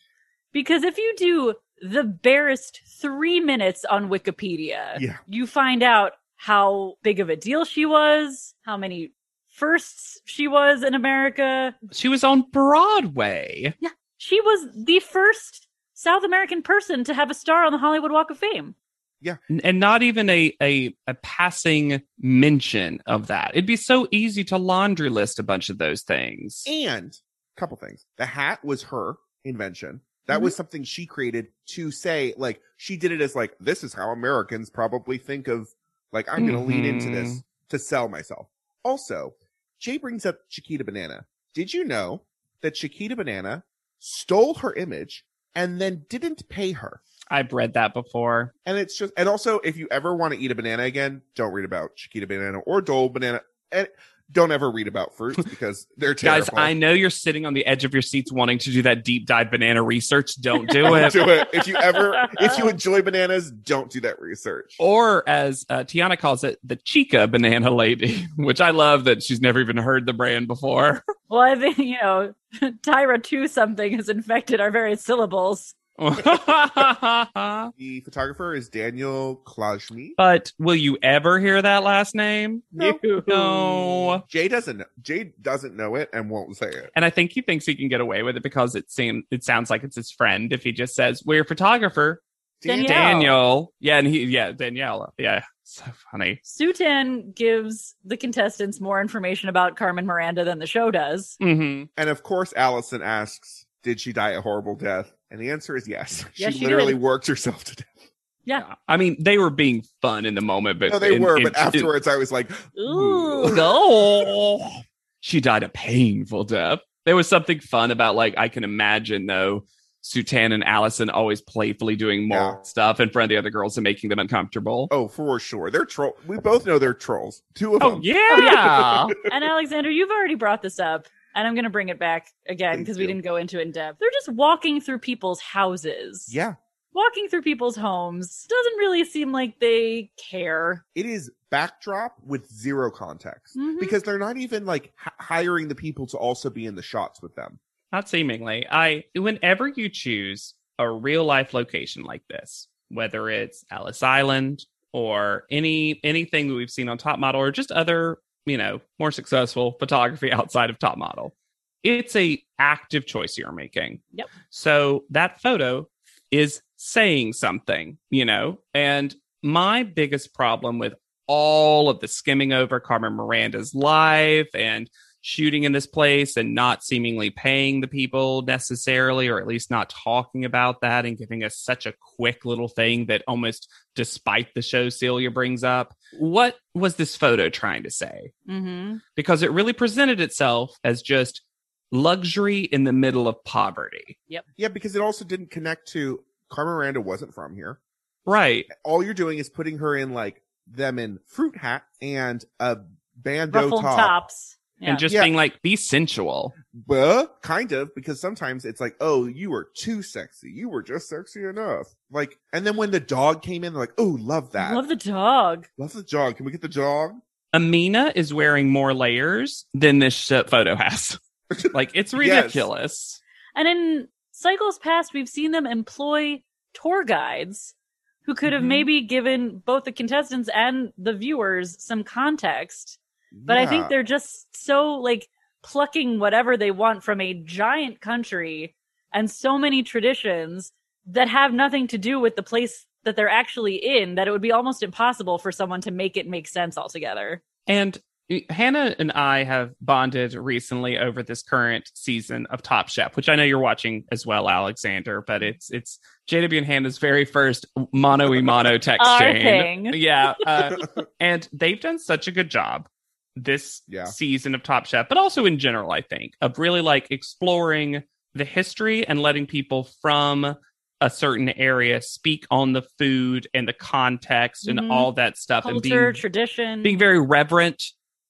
Speaker 4: Because if you do the barest three minutes on Wikipedia,
Speaker 1: Yeah.
Speaker 4: you find out how big of a deal she was, how many firsts she was in America.
Speaker 3: she was on Broadway.
Speaker 4: She was the first South American person to have a star on the Hollywood Walk of Fame.
Speaker 3: N- and not even a, a a passing mention of that. It'd be so easy to laundry list a bunch of those things.
Speaker 1: And a couple things. The hat was her invention. That
Speaker 3: Mm-hmm.
Speaker 1: was something she created to say, like, she did it as like, this is how Americans probably think of, like, I'm going to lean into
Speaker 3: Mm-hmm.
Speaker 1: this to sell myself. Also, Jay brings up Chiquita Banana. Did you know that Chiquita Banana stole her image and then didn't pay her?
Speaker 3: I've read that before.
Speaker 1: And it's just, and also, if you ever want to eat a banana again, don't read about Chiquita Banana or Dole Banana. And don't ever read about fruits because they're terrible.
Speaker 3: Guys, I know you're sitting on the edge of your seats wanting to do that deep dive banana research. Don't do
Speaker 1: don't
Speaker 3: it.
Speaker 1: do it. If you ever, if you enjoy bananas, don't do that research.
Speaker 3: Or as uh, Tiana calls it, the Chica banana lady, which I love that she's never even heard the brand before.
Speaker 4: Well, I think, you know, Tyra 2 something has infected our various syllables.
Speaker 3: but
Speaker 1: The photographer is Daniel Klajmi.
Speaker 3: Uh, will you ever hear that last name? No.
Speaker 1: Jay doesn't. Jay doesn't know it and won't say it.
Speaker 3: And I think he thinks he can get away with it because it seems it sounds like it's his friend if he just says, We're a photographer.
Speaker 1: Dan-
Speaker 4: Danielle.
Speaker 3: Daniel. Yeah, and he yeah, Danielle. Yeah. So funny.
Speaker 4: Sutan gives the contestants more information about Carmen Miranda than the show does.
Speaker 3: Mm-hmm.
Speaker 1: And of course, Allison asks, "Did she die a horrible death?" And the answer is yes. She
Speaker 4: Yes, she
Speaker 1: literally
Speaker 4: did.
Speaker 1: worked herself to death.
Speaker 3: I mean, they were being fun in the moment, but
Speaker 1: No, they
Speaker 3: in-
Speaker 1: were,
Speaker 3: in-
Speaker 1: but afterwards, I was like, "Hmm."
Speaker 4: Ooh.
Speaker 3: no. She died a painful death. There was something fun about like I can imagine though Sutan and Allison always playfully doing more
Speaker 1: Yeah.
Speaker 3: stuff in front of the other girls and making them uncomfortable.
Speaker 1: Oh, for sure. They're troll. We both know they're trolls. Two of
Speaker 3: Oh
Speaker 1: them.
Speaker 3: yeah.
Speaker 4: and Alexander, you've already brought this up, and I'm going to bring it back again
Speaker 1: Please
Speaker 4: because we
Speaker 1: do.
Speaker 4: didn't go into it in depth. They're just walking through people's houses.
Speaker 1: Yeah.
Speaker 4: Walking through people's homes doesn't really seem like they care.
Speaker 1: It is backdrop with zero context
Speaker 4: Mhm.
Speaker 1: because they're not even like h- hiring the people to also be in the shots with them.
Speaker 3: Not seemingly. I whenever you choose a real life location like this, whether it's Ellis Island or any anything that we've seen on Top Model or just other, you know, more successful photography outside of Top Model, it's a active choice you're making.
Speaker 4: Yep.
Speaker 3: So that photo is saying something, you know, and my biggest problem with all of the skimming over Carmen Miranda's life and shooting in this place and not seemingly paying the people necessarily, or at least not talking about that and giving us such a quick little thing that almost despite the show Celia brings up. What was this photo trying to say?
Speaker 4: Mm-hmm.
Speaker 3: Because it really presented itself as just luxury in the middle of poverty.
Speaker 1: Yeah, because it also didn't connect to Carmen Miranda wasn't from here.
Speaker 3: Right.
Speaker 1: All you're doing is putting her in like them in fruit hat and a bandeau
Speaker 4: Ruffled
Speaker 1: top.
Speaker 4: tops. Yeah.
Speaker 3: And just
Speaker 1: Yeah.
Speaker 3: being like, be sensual.
Speaker 1: Well, kind of, because sometimes it's like, oh, you were too sexy. You were just sexy enough. Like, and then when the dog came in, they're like, oh, love that.
Speaker 4: Love the dog.
Speaker 1: Love the dog. Can we get the dog?
Speaker 3: Amina is wearing more layers than this uh, photo has. like, it's
Speaker 1: Yes.
Speaker 3: ridiculous.
Speaker 4: And in cycles past, we've seen them employ tour guides who could have
Speaker 3: Mhm.
Speaker 4: maybe given both the contestants and the viewers some context. But I think
Speaker 1: Yeah.
Speaker 4: they're just so like plucking whatever they want from a giant country and so many traditions that have nothing to do with the place that they're actually in that it would be almost impossible for someone to make it make sense altogether.
Speaker 3: And Hannah and I have bonded recently over this current season of Top Chef, which I know you're watching as well, Alexander. But
Speaker 4: Mm-hmm.
Speaker 3: it's it's JW and Hannah's very first mono y mono text
Speaker 4: Our
Speaker 3: chain.
Speaker 4: thing.
Speaker 3: Yeah, uh, and they've done such a good job this
Speaker 1: Yeah.
Speaker 3: season of Top Chef, but also in general, I think of really like exploring the history and letting people from a certain area speak on the food and the context
Speaker 4: Mhm.
Speaker 3: and all that stuff and
Speaker 4: Culture,
Speaker 3: being
Speaker 4: tradition.
Speaker 3: being very reverent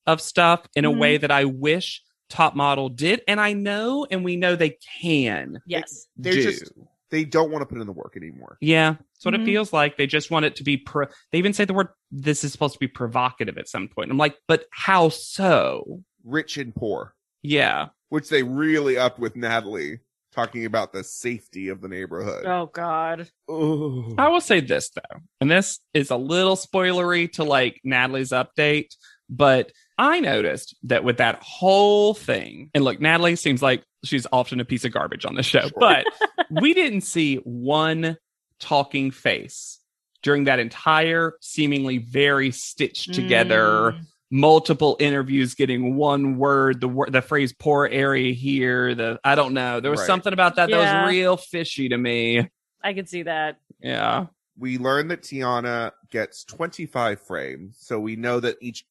Speaker 3: of stuff in a
Speaker 4: Mhm.
Speaker 3: way that I wish Top Model did. And I know, and we know they can.
Speaker 4: yes.
Speaker 1: They're
Speaker 3: do.
Speaker 1: just- they don't want to put in the work anymore.
Speaker 3: yeah, that's what
Speaker 4: Mhm.
Speaker 3: it feels like. They just want it to be pro. They even say the word, this is supposed to be provocative at some point. And I'm like, but how so?
Speaker 1: Rich and poor,
Speaker 3: Yeah.
Speaker 1: which they really upped with Natalie talking about the safety of the neighborhood.
Speaker 4: Oh God.
Speaker 1: Ooh.
Speaker 3: I will say this, though, and this is a little spoilery to like Natalie's update, but I noticed that with that whole thing, and look, Natalie seems like she's often a piece of garbage on the show,
Speaker 1: Sure.
Speaker 3: but we didn't see one talking face during that entire seemingly very stitched together
Speaker 4: Mm.
Speaker 3: multiple interviews getting one word the word the phrase poor area here the i don't know there was
Speaker 1: Right.
Speaker 3: something about that that
Speaker 4: Yeah.
Speaker 3: was real fishy to me
Speaker 4: I could see that.
Speaker 3: yeah
Speaker 1: We learned that Tiana gets 25 frames, so we know that each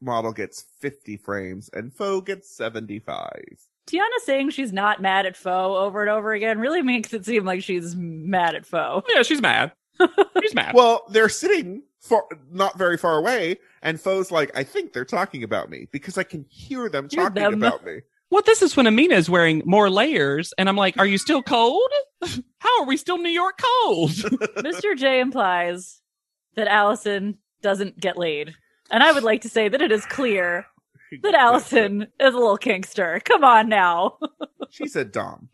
Speaker 1: model gets 50 frames and Foe gets 75.
Speaker 4: Tiana saying she's not mad at Foe over and over again really makes it seem like she's mad at Foe.
Speaker 3: Yeah, she's mad. She's mad.
Speaker 1: Well, they're sitting far, not very far away, and Foe's like, I think they're talking about me because I can hear them
Speaker 4: Hear
Speaker 1: talking
Speaker 4: them.
Speaker 1: about me.
Speaker 3: well, this is when Amina is wearing more layers, and I'm like, "Are you still cold? How are we still New York cold?"
Speaker 4: Mr. J implies that Allison doesn't get laid. And I would like to say that it is clear that Allison is a little kinkster. Come on now.
Speaker 1: She said Dom.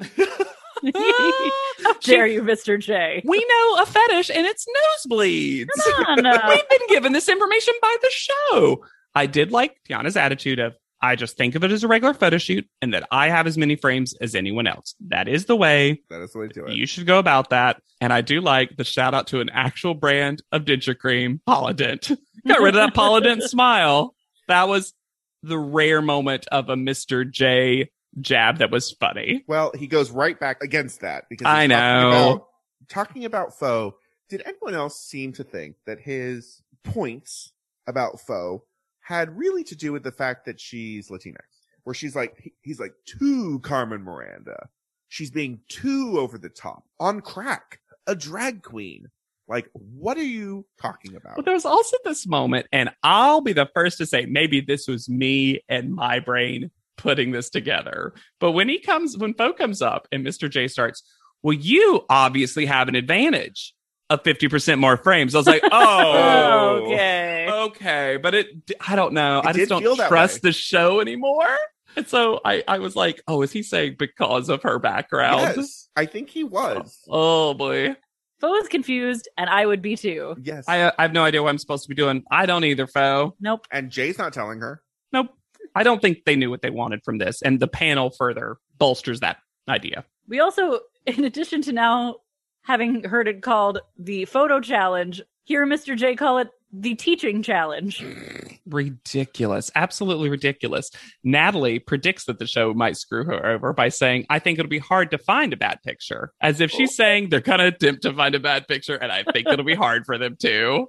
Speaker 4: How dare you, Mr. J?
Speaker 3: We know a fetish, and it's nosebleeds.
Speaker 4: Come on now.
Speaker 3: We've been given this information by the show. I did like Tiana's attitude of, "I just think of it as a regular photo shoot, and that I have as many frames as anyone else. That is the way."
Speaker 1: That is the way to do it.
Speaker 3: You should go about that. And I do like the shout out to an actual brand of Digicream, Polydent. Got rid of that Polydent smile. That was the rare moment of a Mr. J jab that was funny.
Speaker 1: Well, he goes right back against that because he's
Speaker 3: I
Speaker 1: talking
Speaker 3: know.
Speaker 1: about- Talking about Foe, did anyone else seem to think that his points about Foe had really to do with the fact that she's Latinx? Where she's like, he- he's like to Carmen Miranda, She's being too over the top, on crack, a drag queen. Like, what are you talking
Speaker 3: But
Speaker 1: about?
Speaker 3: there was also this moment, and I'll be the first to say maybe this was me and my brain putting this together. But when he comes, when Foe comes up and Mr. J starts, well, you obviously have an advantage of 50% more frames. I was like, oh,
Speaker 4: okay.
Speaker 3: okay. But it, I don't know.
Speaker 1: It
Speaker 3: I
Speaker 1: did
Speaker 3: just
Speaker 1: feel
Speaker 3: don't
Speaker 1: that
Speaker 3: trust
Speaker 1: way.
Speaker 3: the show anymore. And so I, I was like, oh, is he saying because of her background?
Speaker 1: Yes, I think he was.
Speaker 3: Oh boy.
Speaker 4: Foe is confused, and I would be too.
Speaker 1: Yes.
Speaker 3: I, I have no idea what I'm supposed to be doing. I don't either, Foe.
Speaker 4: Nope.
Speaker 1: and Jay's not telling her.
Speaker 3: Nope. I don't think they knew what they wanted from this. And the panel further bolsters that idea.
Speaker 4: We also, in addition to now having heard it called the photo challenge, hear Mr. J call it the teaching challenge.
Speaker 3: Ridiculous. Absolutely ridiculous. Natalie predicts that the show might screw her over by saying, I think it'll be hard to find a bad picture. As if
Speaker 1: Oh.
Speaker 3: she's saying they're going to attempt to find a bad picture. And I think it'll be hard for them to.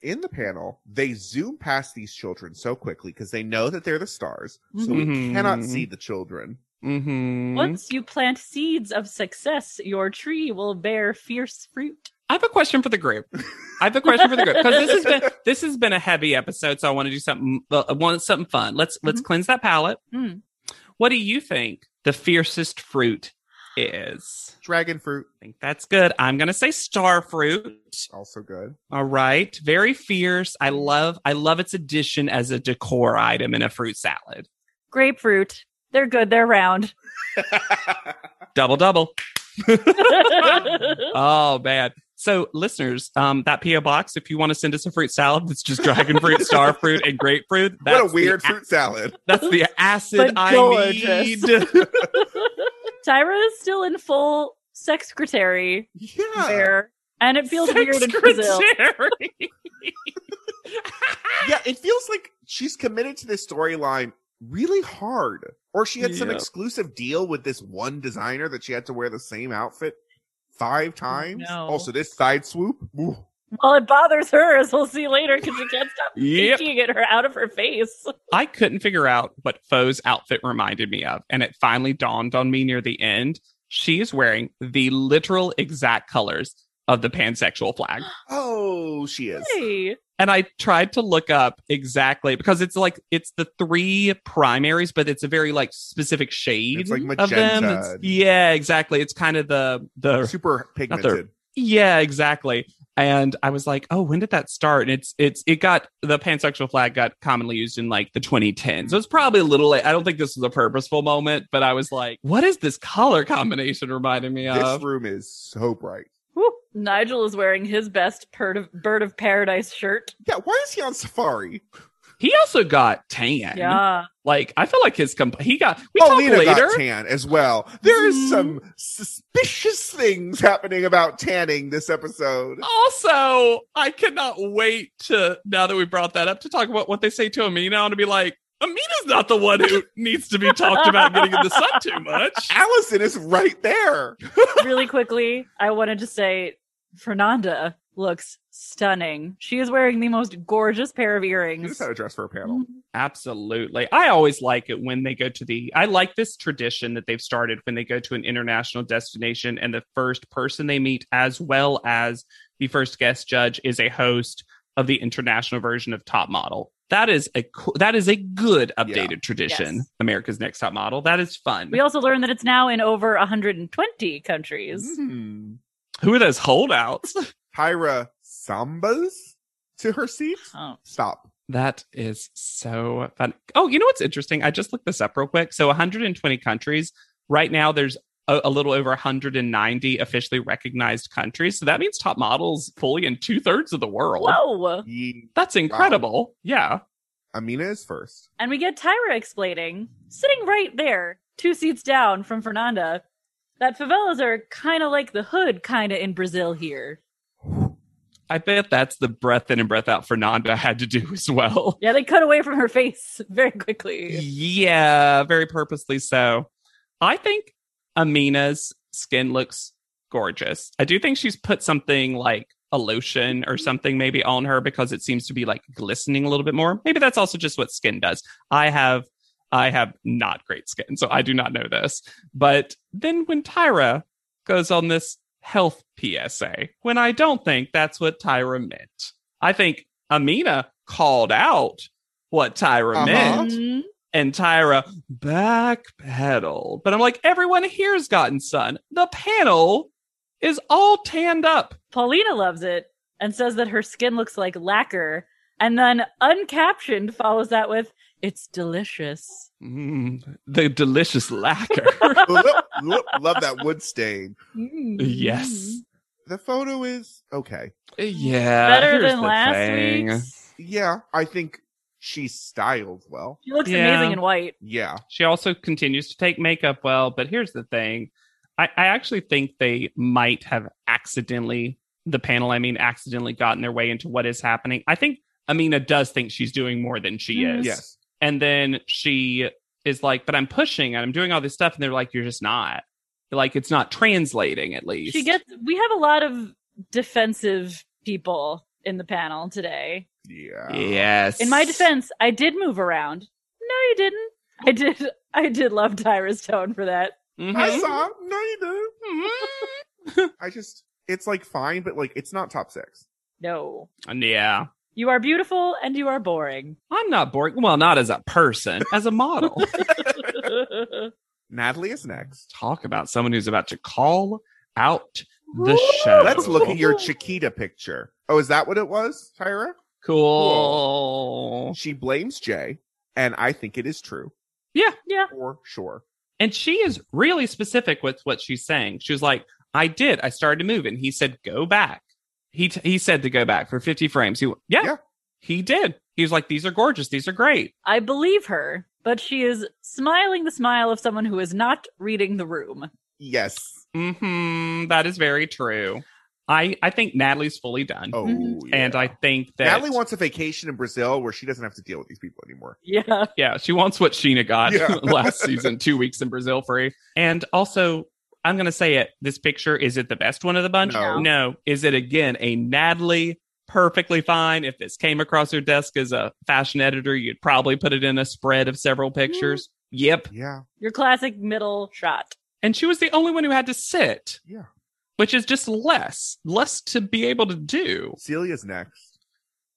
Speaker 1: In the panel, they zoom past these children so quickly because they know that they're the stars. So
Speaker 3: Mhm.
Speaker 1: we cannot see the children.
Speaker 3: Mm-hmm.
Speaker 4: Once you plant seeds of success, your tree will bear fierce fruit.
Speaker 3: I have a question for the group. I have a question for the group because this has been this has been a heavy episode, so I want to do something. Well, I want something fun. Let's let's
Speaker 1: Mm-hmm.
Speaker 3: cleanse that palate.
Speaker 4: Mm.
Speaker 3: What do you think the fiercest fruit is?
Speaker 1: Dragon fruit,
Speaker 3: I think that's good. I'm gonna say star fruit.
Speaker 1: also good.
Speaker 3: All right, very fierce. I love I love its addition as a decor item in a fruit salad.
Speaker 4: Grapefruit. They're good. They're round.
Speaker 3: Double double. Oh man. So listeners, um, that PO box. If you want to send us a fruit salad that's just dragon fruit, star fruit, and grapefruit, that's
Speaker 1: what a
Speaker 3: the
Speaker 1: weird
Speaker 3: a-
Speaker 1: fruit salad.
Speaker 3: That's the acid
Speaker 4: But
Speaker 3: I
Speaker 4: gorgeous.
Speaker 3: need.
Speaker 4: Tyra is still in full secretary
Speaker 1: Yeah.
Speaker 4: wear, and it feels weird in Brazil.
Speaker 3: Secretary.
Speaker 1: Yeah, it feels like she's committed to this storyline really hard. Or she had some
Speaker 3: Yeah.
Speaker 1: exclusive deal with this one designer that she had to wear the same outfit five times.
Speaker 4: no.
Speaker 1: Also, this side swoop. Ooh.
Speaker 4: Well, it bothers her, as we'll see later, because she can't stop
Speaker 3: Yep.
Speaker 4: peeking at her out of her face.
Speaker 3: I couldn't figure out what Foe's outfit reminded me of, and it finally dawned on me near the end. She is wearing the literal exact colors of the pansexual flag.
Speaker 1: Oh, she is.
Speaker 4: Hey,
Speaker 3: And I tried to look up exactly because it's like it's the three primaries, but it's a very like specific shade
Speaker 1: It's like
Speaker 3: of them.
Speaker 1: magenta.
Speaker 3: It's- yeah, exactly. It's kind of the the
Speaker 1: Super pigmented.
Speaker 3: Yeah, exactly. And I was like, oh, when did that start? And it's it's it got the pansexual flag got commonly used in like the 2010s. So it's probably a little late. I don't think this was a purposeful moment, but I was like, what is this color combination reminding me
Speaker 1: This
Speaker 3: of?
Speaker 1: room is so bright.
Speaker 4: Whew. Nigel is wearing his best bird of, bird of paradise shirt.
Speaker 1: Yeah, why is he on safari?
Speaker 3: He also got tan.
Speaker 4: Yeah.
Speaker 3: Like I feel like his comp- he got we
Speaker 1: Oh,
Speaker 3: talk
Speaker 1: Lena
Speaker 3: later.
Speaker 1: got tan as well. There is
Speaker 4: Mhm.
Speaker 1: some suspicious things happening about tanning this episode.
Speaker 3: Also, I cannot wait to now that we brought that up to talk about what they say to Amina and to be like, Amina's not the one who needs to be talked about getting in the sun too much.
Speaker 1: Allison is right there.
Speaker 4: really quickly, I wanted to say Fernanda looks stunning. She is wearing the most gorgeous pair of
Speaker 1: She just
Speaker 4: earrings. Mm-hmm.
Speaker 1: had a dress for a panel.
Speaker 3: Absolutely. I always like it when they go to the I like this tradition that they've started when they go to an international destination and the first person they meet as well as the first guest judge is a host of the international version of Top Model. That is a co- that is a good updated tradition.
Speaker 4: Yes.
Speaker 3: America's Next Top Model. That is fun.
Speaker 4: We also learned that it's now in over 120 countries.
Speaker 1: Hmm.
Speaker 3: Who are those holdouts?
Speaker 1: Tyra sambas to her seat.
Speaker 4: Oh.
Speaker 1: Stop.
Speaker 3: That is so fun. Oh, you know what's interesting? I just looked this up real quick. So 120 countries. Right now, there's a, a little over 190 officially recognized countries. So that means top models fully in two thirds of the world.
Speaker 4: Whoa.
Speaker 1: Ye-
Speaker 3: That's incredible. Yeah.
Speaker 1: Amina is first.
Speaker 4: And we get Tyra explaining, sitting right there, two seats down from Fernanda, that favelas are kind of like the hood, kind of in Brazil here.
Speaker 3: I bet that's the breath in and breath out Fernanda had to do as well.
Speaker 4: Yeah, they cut away from her face very quickly.
Speaker 3: Yeah, very purposely so. I think Amina's skin looks gorgeous. I do think she's put something like a lotion or something maybe on her because it seems to be like glistening a little bit more. Maybe that's also just what skin does. I have I have not great skin, so I do not know this. But then when Tyra goes on this health PSA, when I don't think that's what Tyra meant. I think Amina called out what Tyra
Speaker 1: Uh-huh.
Speaker 3: meant
Speaker 4: Mhm.
Speaker 3: and Tyra backpedaled. But I'm like, everyone here's gotten sun. The panel is all tanned up.
Speaker 4: Paulina loves it and says that her skin looks like lacquer. And then uncaptioned follows that with, it's delicious.
Speaker 3: Mm, the delicious lacquer.
Speaker 1: Look, look, love that wood stain.
Speaker 4: Mm.
Speaker 3: yes.
Speaker 1: The photo is okay.
Speaker 3: Yeah.
Speaker 4: Better
Speaker 3: Uh, here's
Speaker 4: than
Speaker 3: the
Speaker 4: last
Speaker 3: thing.
Speaker 4: week's.
Speaker 1: Yeah, I think she's styled well.
Speaker 4: She looks
Speaker 3: Yeah.
Speaker 4: amazing in white.
Speaker 1: Yeah.
Speaker 3: She also continues to take makeup well, but here's the thing. I, I actually think they might have accidentally, the panel, I mean, accidentally gotten their way into what is happening. I think Amina does think she's doing more than she
Speaker 4: Mhm.
Speaker 3: is.
Speaker 1: Yes.
Speaker 3: And then she is like, but I'm pushing and I'm doing all this stuff. And they're like, you're just not. Like, it's not translating at least.
Speaker 4: She gets, we have a lot of defensive people in the panel today.
Speaker 1: Yeah.
Speaker 3: Yes.
Speaker 4: In my defense, I did move around. No, you didn't. I did. I did love Tyra's tone for that.
Speaker 3: Mhm.
Speaker 1: I saw. No, you didn't. I just, it's like fine, but like it's not top six.
Speaker 4: No,
Speaker 3: Yeah.
Speaker 4: you are beautiful and you are boring.
Speaker 3: I'm not boring. Well, not as a person, as a model.
Speaker 1: Natalie is next.
Speaker 3: Talk about someone who's about to call out the show.
Speaker 1: Let's look at your Chiquita picture. Oh, is that what it was, Tyra?
Speaker 3: cool.
Speaker 1: She blames Jay, and I think it is true
Speaker 3: Yeah.
Speaker 4: yeah,
Speaker 1: for sure.
Speaker 3: And she is really specific with what she's saying. She was like, I did. I started to move. And he said, go back. He, t- he said to go back for 50 frames. He, yeah,
Speaker 1: Yeah.
Speaker 3: he did. He was like, these are gorgeous. These are great.
Speaker 4: I believe her, but she is smiling the smile of someone who is not reading the room.
Speaker 1: Yes.
Speaker 3: hmm That is very true. I, I think Natalie's fully done.
Speaker 1: Oh,
Speaker 4: Mhm.
Speaker 1: yeah.
Speaker 3: Mm-hmm. And I think that
Speaker 1: Natalie wants a vacation in Brazil where she doesn't have to deal with these people anymore.
Speaker 4: Yeah,
Speaker 3: Yeah, she wants what Sheena got
Speaker 1: Yeah.
Speaker 3: last season, two weeks in Brazil free. And also, I'm going to say it this picture is it the best one of the bunch?
Speaker 1: No.
Speaker 3: Is it again a Natalie? Perfectly fine. If this came across your desk as a fashion editor, you'd probably put it in a spread of several
Speaker 1: Mm.
Speaker 3: pictures. Yep.
Speaker 1: Yeah.
Speaker 4: your classic middle shot.
Speaker 3: And she was the only one who had to sit.
Speaker 1: Yeah.
Speaker 3: Which is just less, less to be able to do.
Speaker 1: Celia's next.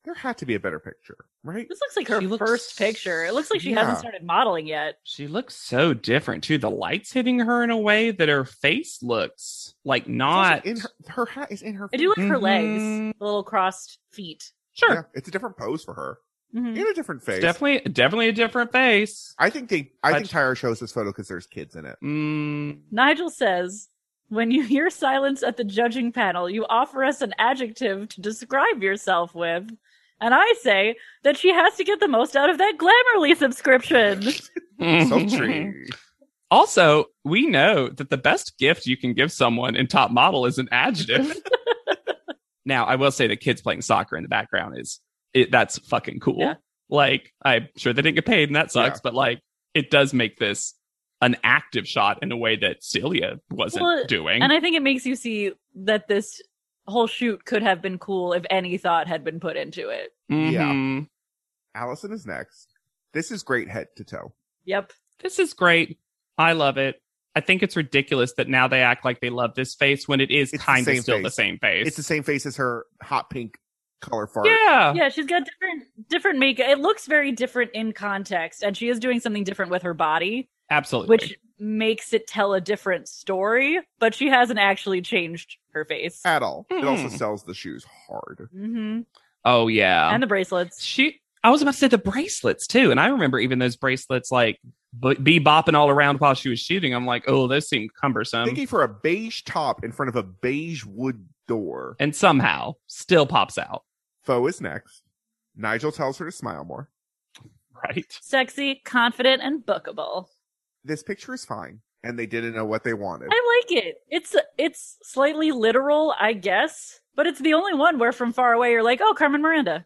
Speaker 1: There had to be a better picture, right?
Speaker 4: This looks like her
Speaker 3: She looks-
Speaker 4: first picture. It looks like she
Speaker 1: Yeah.
Speaker 4: hasn't started modeling yet.
Speaker 3: She looks so different too. The lights hitting her in a way that her face looks like not
Speaker 1: It's also in her, her hat is in her.
Speaker 4: I do like her legs,
Speaker 3: Mhm.
Speaker 4: the little crossed feet.
Speaker 3: sure.
Speaker 1: Yeah, it's a different pose for her
Speaker 4: Mhm.
Speaker 1: in a different face.
Speaker 3: Mm-hmm. It's definitely, definitely a different face.
Speaker 1: I think they. I
Speaker 3: But-
Speaker 1: think Tyra chose this photo because there's kids in it.
Speaker 3: Mm,
Speaker 4: Nigel says, when you hear silence at the judging panel, you offer us an adjective to describe yourself with. And I say that she has to get the most out of that Glamourly subscription.
Speaker 1: Sultry.
Speaker 3: Also, we know that the best gift you can give someone in top model is an adjective. now, I will say the kids playing soccer in the background is it, that's fucking cool.
Speaker 4: Yeah.
Speaker 3: Like, I'm sure they didn't get paid, and that sucks.
Speaker 1: Yeah.
Speaker 3: But like, it does make this an active shot in a way that Celia wasn't
Speaker 4: Well,
Speaker 3: doing.
Speaker 4: and I think it makes you see that this whole shoot could have been cool if any thought had been put into it.
Speaker 1: Yeah.
Speaker 3: Mhm.
Speaker 1: Allison is next. This is great head to toe.
Speaker 4: Yep.
Speaker 3: this is great. I love it. I think it's ridiculous that now they act like they love this face when it is
Speaker 1: It's the
Speaker 3: kind of
Speaker 1: same
Speaker 3: still the
Speaker 1: face.
Speaker 3: same face.
Speaker 1: It's the same face as her hot pink color fart.
Speaker 3: yeah.
Speaker 4: Yeah, she's got different different makeup. It looks very different in context, and she is doing something different with her body,
Speaker 3: absolutely.
Speaker 4: which makes it tell a different story, but she hasn't actually changed her face.
Speaker 1: At all. It also
Speaker 3: Mm.
Speaker 1: sells the shoes hard.
Speaker 4: hmm
Speaker 3: oh yeah.
Speaker 4: and the bracelets.
Speaker 3: she. I was about to say the bracelets too, and I remember even those bracelets like b- be bopping all around while she was shooting. I'm like, oh, those seem
Speaker 1: they
Speaker 3: cumbersome,
Speaker 1: gave her a beige top in front of a beige wood door.
Speaker 3: and somehow still pops out.
Speaker 1: Foe is next. Nigel tells her to smile more.
Speaker 3: Right.
Speaker 4: Sexy, confident, and bookable.
Speaker 1: this picture is fine. And they didn't know what they wanted.
Speaker 4: I like it. It's it's slightly literal, I guess, but it's the only one where from far away you're like, oh, Carmen Miranda.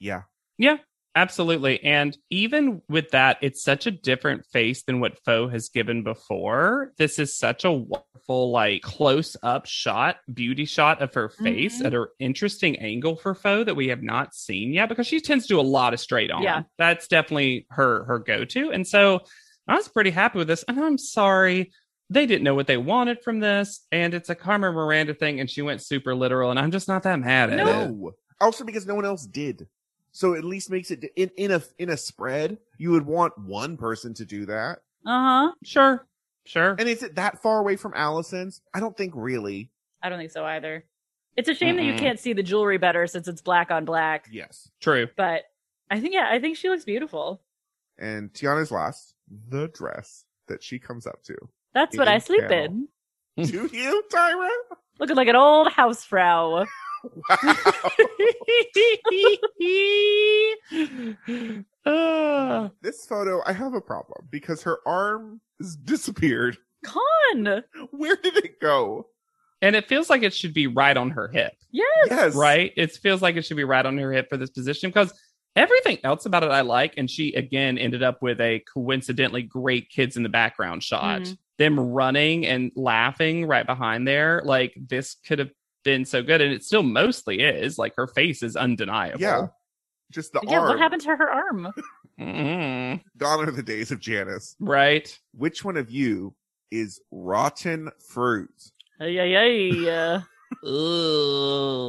Speaker 1: yeah.
Speaker 3: Yeah, absolutely. And even with that, it's such a different face than what Foe has given before. This is such a wonderful, like close up shot, beauty shot of her face
Speaker 4: Mhm.
Speaker 3: at her interesting angle for Foe that we have not seen yet because she tends to do a lot of straight on.
Speaker 4: Yeah.
Speaker 3: That's definitely her her go to. And so I was pretty happy with this. And I'm sorry. They didn't know what they wanted from this, and it's a Carmen Miranda thing, and she went super literal, and I'm just not that mad at it.
Speaker 1: No. Also because no one else did. So at least makes it in, in a in a spread, you would want one person to do that.
Speaker 4: Uh huh.
Speaker 3: Sure, sure.
Speaker 1: And is it that far away from Allison's? I don't think really.
Speaker 4: I don't think so either. It's a shame that you
Speaker 3: Mm-mm.
Speaker 4: can't see the jewelry better since it's black on black.
Speaker 1: Yes.
Speaker 3: True.
Speaker 4: But I think yeah, I think she looks beautiful.
Speaker 1: And Tiana's last, the dress that she comes up to.
Speaker 4: That's what I
Speaker 1: In
Speaker 4: sleep
Speaker 1: panel.
Speaker 4: in.
Speaker 1: Do you, Tyra?
Speaker 4: Looking like an old housefrau.
Speaker 1: Wow.
Speaker 3: Uh,
Speaker 1: this photo, I have a problem because her arm has disappeared.
Speaker 4: Con.
Speaker 1: Where did it go?
Speaker 3: and it feels like it should be right on her hip,
Speaker 4: Yes.
Speaker 1: Yes.
Speaker 3: right? It feels like it should be right on her hip for this position because everything else about it I like. And she again ended up with a coincidentally great kids in the background shot.
Speaker 4: Mhm.
Speaker 3: Them running and laughing right behind there. Like this could have been so good. And it still mostly is. Like her face is undeniable.
Speaker 1: Yeah. Just the
Speaker 4: Yeah,
Speaker 1: arm.
Speaker 4: what happened to her arm?
Speaker 3: Mhm.
Speaker 1: Gone are the days of Janice.
Speaker 3: Right.
Speaker 1: Which one of you is rotten fruit?
Speaker 4: Yeah, yeah, yeah.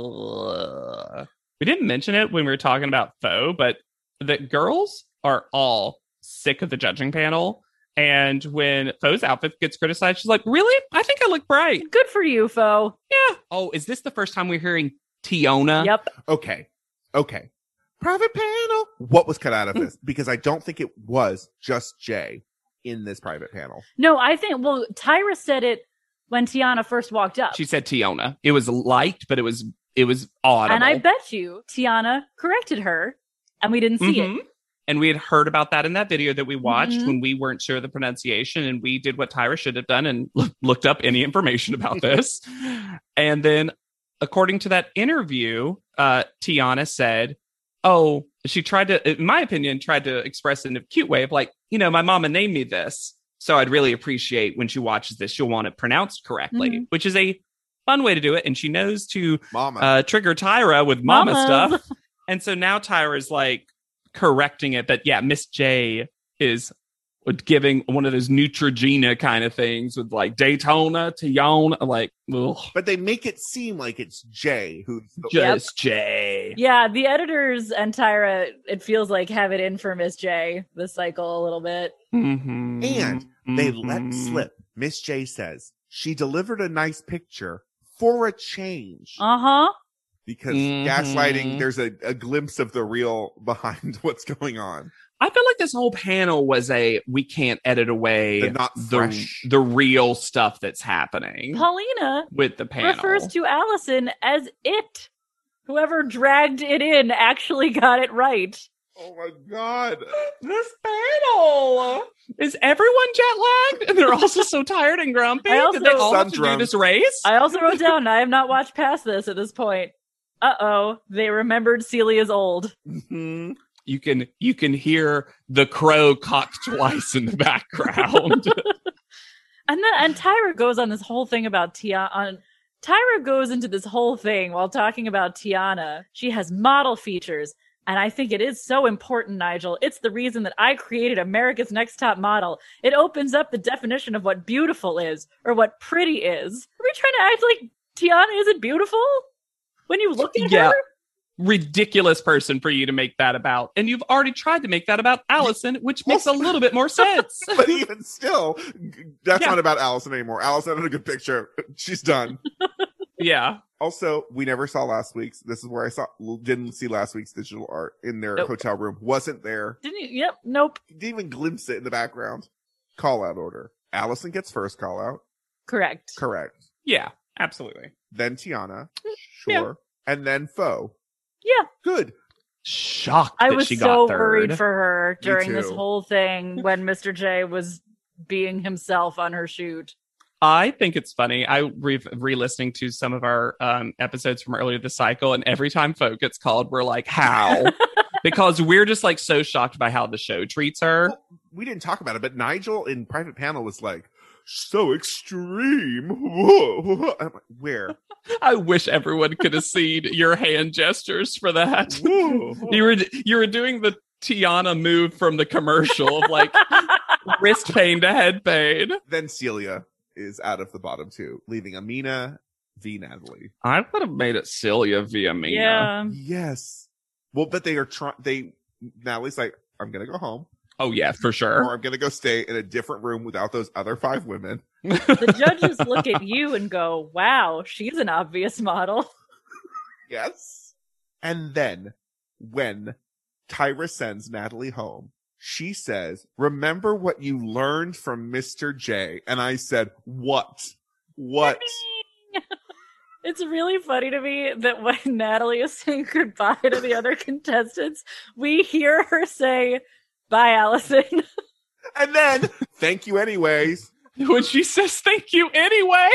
Speaker 3: Ugh. We didn't mention it when we were talking about Foe, but the girls are all sick of the judging panel. And when Foe's outfit gets criticized, she's like, Really? I think I look bright.
Speaker 4: Good for you, foe.
Speaker 3: Yeah. Oh, is this the first time we're hearing Tiona?
Speaker 4: Yep.
Speaker 1: Okay. Okay. Private panel. What was cut out of this? Because I don't think it was just Jay in this private panel.
Speaker 4: No, I think well, Tyra said it when Tiana first walked up.
Speaker 3: She said Tiona. It was liked, but it was it was audible.
Speaker 4: and I bet you Tiana corrected her and we didn't see
Speaker 3: Mhm.
Speaker 4: it.
Speaker 3: And we had heard about that in that video that we watched
Speaker 4: Mhm.
Speaker 3: when we weren't sure of the pronunciation, and we did what Tyra should have done and loo- looked up any information about this. and then, according to that interview, uh, Tiana said, "Oh, she tried to, in my opinion, tried to express in a cute way of like, you know, my mama named me this, so I'd really appreciate when she watches this, she'll want it pronounced correctly,
Speaker 4: Mhm.
Speaker 3: which is a fun way to do it, and she knows to."
Speaker 1: Mama.
Speaker 3: uh, trigger Tyra with mama
Speaker 4: Mamas.
Speaker 3: stuff. And so now Tyra's like correcting it. But yeah, Miss J is giving one of those Neutrogena kind of things with like Daytona, Tiona, like, ugh,
Speaker 1: but they make it seem like it's Jay who's the
Speaker 3: just J.
Speaker 4: Yeah, the editors and Tyra, it feels like have it in for Miss J this cycle a little bit.
Speaker 3: Mhm.
Speaker 1: And they let
Speaker 3: Mhm.
Speaker 1: slip. Miss J says she delivered a nice picture for a change
Speaker 4: Uh-huh.
Speaker 1: because
Speaker 3: Mhm.
Speaker 1: gaslighting, there's a, a glimpse of the real behind what's going on.
Speaker 3: I feel like this whole panel was a we can't edit away
Speaker 1: They're not
Speaker 3: the,
Speaker 1: fresh.
Speaker 3: the real stuff that's happening
Speaker 4: Paulina
Speaker 3: with the panel.
Speaker 4: refers to Allison as it. Whoever dragged it in actually got it right.
Speaker 1: Oh my God.
Speaker 3: this panel. Is everyone jet lagged? And they're also so tired and grumpy
Speaker 4: I also-
Speaker 3: that they all have
Speaker 1: Some
Speaker 3: to
Speaker 1: drunk.
Speaker 3: do this race.
Speaker 4: I also wrote down I have not watched past this at this point. Uh-oh, they remembered Celia's old.
Speaker 3: Mhm. You can you can hear the crow cock twice in the background.
Speaker 4: And then and Tyra goes on this whole thing about Tiana. On, Tyra goes into this whole thing while talking about Tiana. She has model features, and I think it is so important, Nigel. It's the reason that I created America's Next Top Model. It opens up the definition of what beautiful is or what pretty is. Are we trying to act like Tiana isn't beautiful when you look at
Speaker 3: Yeah.
Speaker 4: her?
Speaker 3: Ridiculous person for you to make that about. And you've already tried to make that about Allison, which makes a little bit more sense.
Speaker 1: But even still, g- that's
Speaker 3: Yeah.
Speaker 1: not about Allison anymore. Allison had a good picture. She's done.
Speaker 3: yeah.
Speaker 1: Also, we never saw last week's. This is where I saw, didn't see last week's digital art in their
Speaker 4: Nope.
Speaker 1: hotel room. Wasn't there.
Speaker 4: Didn't you? Yep. Nope.
Speaker 1: Didn't even glimpse it in the background. Call out order. Allison gets first call out.
Speaker 4: Correct.
Speaker 1: Correct.
Speaker 3: Yeah. Absolutely.
Speaker 1: Then Tiana.
Speaker 3: Yeah.
Speaker 1: Sure. And then Foe.
Speaker 4: Yeah.
Speaker 1: Good.
Speaker 3: Shocked
Speaker 4: I
Speaker 3: that
Speaker 4: was
Speaker 3: she
Speaker 4: so
Speaker 3: got third.
Speaker 4: worried for her
Speaker 1: Me
Speaker 4: during this
Speaker 1: too.
Speaker 4: whole thing when Mr. J was being himself on her shoot.
Speaker 3: I think it's funny. I re re-listening to some of our um, episodes from earlier this cycle, and every time folk gets called, we're like, "How?" because we're just like so shocked by how the show treats her.
Speaker 1: we didn't talk about it, but Nigel in private panel was like, so extreme. Whoa, whoa." I'm like, Where?
Speaker 3: I wish everyone could have seen your hand gestures for that.
Speaker 1: Whoa.
Speaker 3: You were you were doing the Tiana move from the commercial of like wrist pain to head pain.
Speaker 1: then Celia is out of the bottom two, leaving Amina v Natalie.
Speaker 3: I would have made it Celia via Mina.
Speaker 4: Yeah.
Speaker 3: Um.
Speaker 1: Yes. Well, but they are trying. They Natalie's like, I'm gonna go home,
Speaker 3: Oh yeah, for
Speaker 1: or
Speaker 3: sure.
Speaker 1: I'm gonna go stay in a different room without those other five women.
Speaker 4: The judges look at you and go, wow, she's an obvious model.
Speaker 1: Yes. And then when Tyra sends Natalie home, she says, "Remember what you learned from Mr. J." And I said, "What? What?"
Speaker 4: It's really funny to me that when Natalie is saying goodbye to the other contestants, we hear her say, bye, Allison.
Speaker 1: And then, thank you anyways.
Speaker 3: When she says thank you anyway.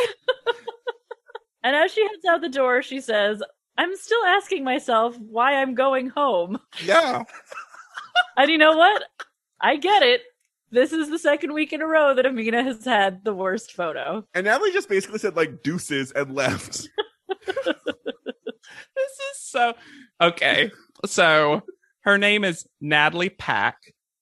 Speaker 4: And as she heads out the door, she says, I'm still asking myself why I'm going home.
Speaker 1: Yeah.
Speaker 4: And you know what? I get it. This is the second week in a row that Amina has had the worst photo.
Speaker 1: And Natalie just basically said like deuces and left.
Speaker 3: This is so okay. So her name is Natalie Pack,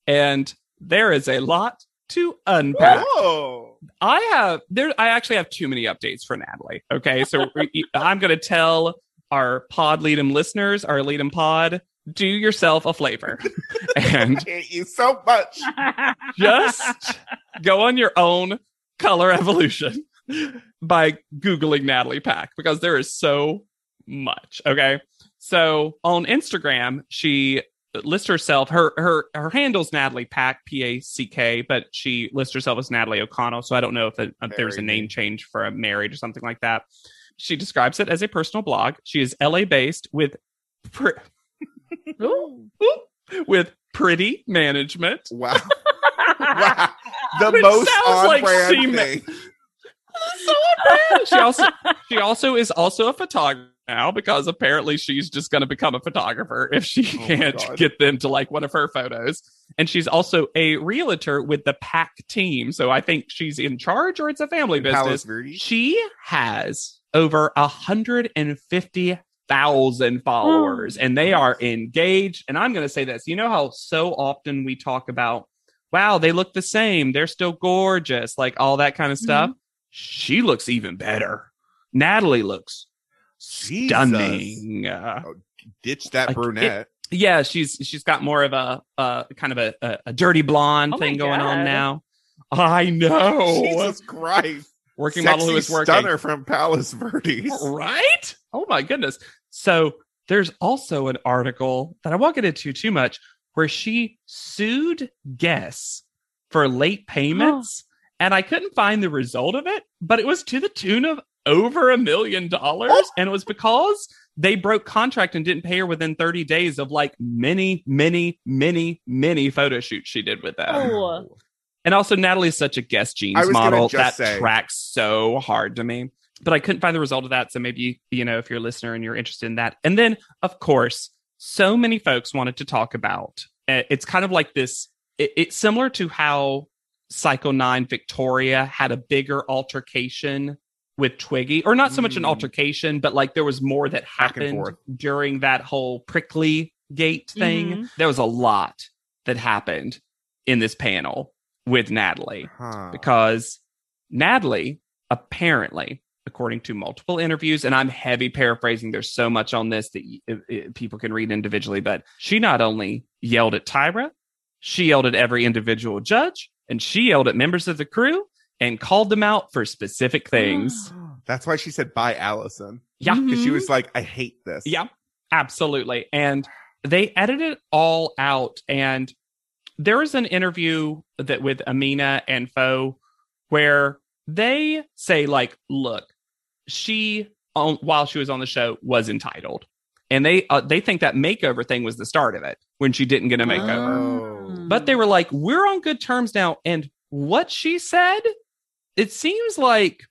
Speaker 3: and there is a lot to unpack.
Speaker 1: Oh.
Speaker 3: I have there. I actually have too many updates for Natalie. Okay, so we- e, I'm going to tell our Pod Leadum listeners, our Leadum Pod, do yourself a flavor, and
Speaker 1: hate you so much.
Speaker 3: just go on your own color evolution by googling Natalie Pack because there is so much. Okay, so on Instagram she lists herself her her her handle's Natalie Pack P A C K, but she lists herself as Natalie O'Connell. So I don't know if, it- if there's a
Speaker 1: Married.
Speaker 3: name change for a married or something like that. She describes it as a personal blog. She is LA based with. Pre- with pretty management
Speaker 1: Wow. wow. The
Speaker 3: Which
Speaker 1: most
Speaker 3: sounds
Speaker 1: on
Speaker 3: like
Speaker 1: brand
Speaker 3: semen.
Speaker 1: thing.
Speaker 3: so bad. She also she also is also a photographer now because apparently she's just going to become a photographer if she
Speaker 1: Oh my
Speaker 3: can't
Speaker 1: God.
Speaker 3: get them to like one of her photos. And she's also a realtor with the Pack team, so I think she's in charge or it's a family
Speaker 1: Palos
Speaker 3: business.
Speaker 1: Verdes.
Speaker 3: She has over hundred and fifty thousand followers, and they are engaged. And I'm going to say this: you know how so often we talk about, wow, they look the same, they're still gorgeous, like all that kind of
Speaker 4: Mm-hmm.
Speaker 3: stuff. She looks even better. Natalie looks
Speaker 1: Jesus.
Speaker 3: stunning. Uh,
Speaker 4: Oh.
Speaker 1: Ditch that
Speaker 3: Like,
Speaker 1: brunette.
Speaker 3: yeah, she's she's got more of a uh, kind of a, a, a dirty blonde
Speaker 4: Oh my
Speaker 3: thing going on
Speaker 4: God.
Speaker 3: now. I know.
Speaker 1: Jesus Christ.
Speaker 3: Working
Speaker 1: Sexy
Speaker 3: model who is working.
Speaker 1: stunner from Palos Verdes.
Speaker 3: Right? Oh my goodness. So there's also an article that I won't get into too much where she sued Guess for late payments. And I couldn't find the result of it, but it was to the tune of over a million dollars. And it was because they broke contract and didn't pay her within 30 days of like many, many, many, many photo shoots she did with them.
Speaker 4: Oh.
Speaker 3: And also, Natalie's such a guest jeans
Speaker 1: I was gonna
Speaker 3: model that
Speaker 1: just say-
Speaker 3: tracks so hard to me. But I couldn't find the result of that. So maybe, you know, if you're a listener and you're interested in that. And then, of course, so many folks wanted to talk about uh, it's kind of like this, it- it's similar to how Psycho 9 Victoria had a bigger altercation with Twiggy, or not so much an
Speaker 1: Mm.
Speaker 3: altercation, but like there was more that
Speaker 1: Back and
Speaker 3: happened
Speaker 1: forth.
Speaker 3: during that whole prickly gate thing. There was a lot that happened in this panel with Natalie
Speaker 1: Huh.
Speaker 3: because Natalie apparently, according to multiple interviews, and I'm heavy paraphrasing, there's so much on this that y- i- i- people can read individually, but she not only yelled at Tyra, she yelled at every individual judge, and she yelled at members of the crew and called them out for specific things.
Speaker 1: That's why she said bye, Allison.
Speaker 3: yeah.
Speaker 1: Because she was like, I hate this.
Speaker 3: Mm-hmm. Yeah, absolutely. And they edited it all out. And there was an interview that with Amina and Fo where they say, like, look, she on, while she was on the show was entitled. And they uh, they think that makeover thing was the start of it when she didn't get a makeover.
Speaker 1: Oh.
Speaker 3: But they were like, we're on good terms now. And what she said, it seems like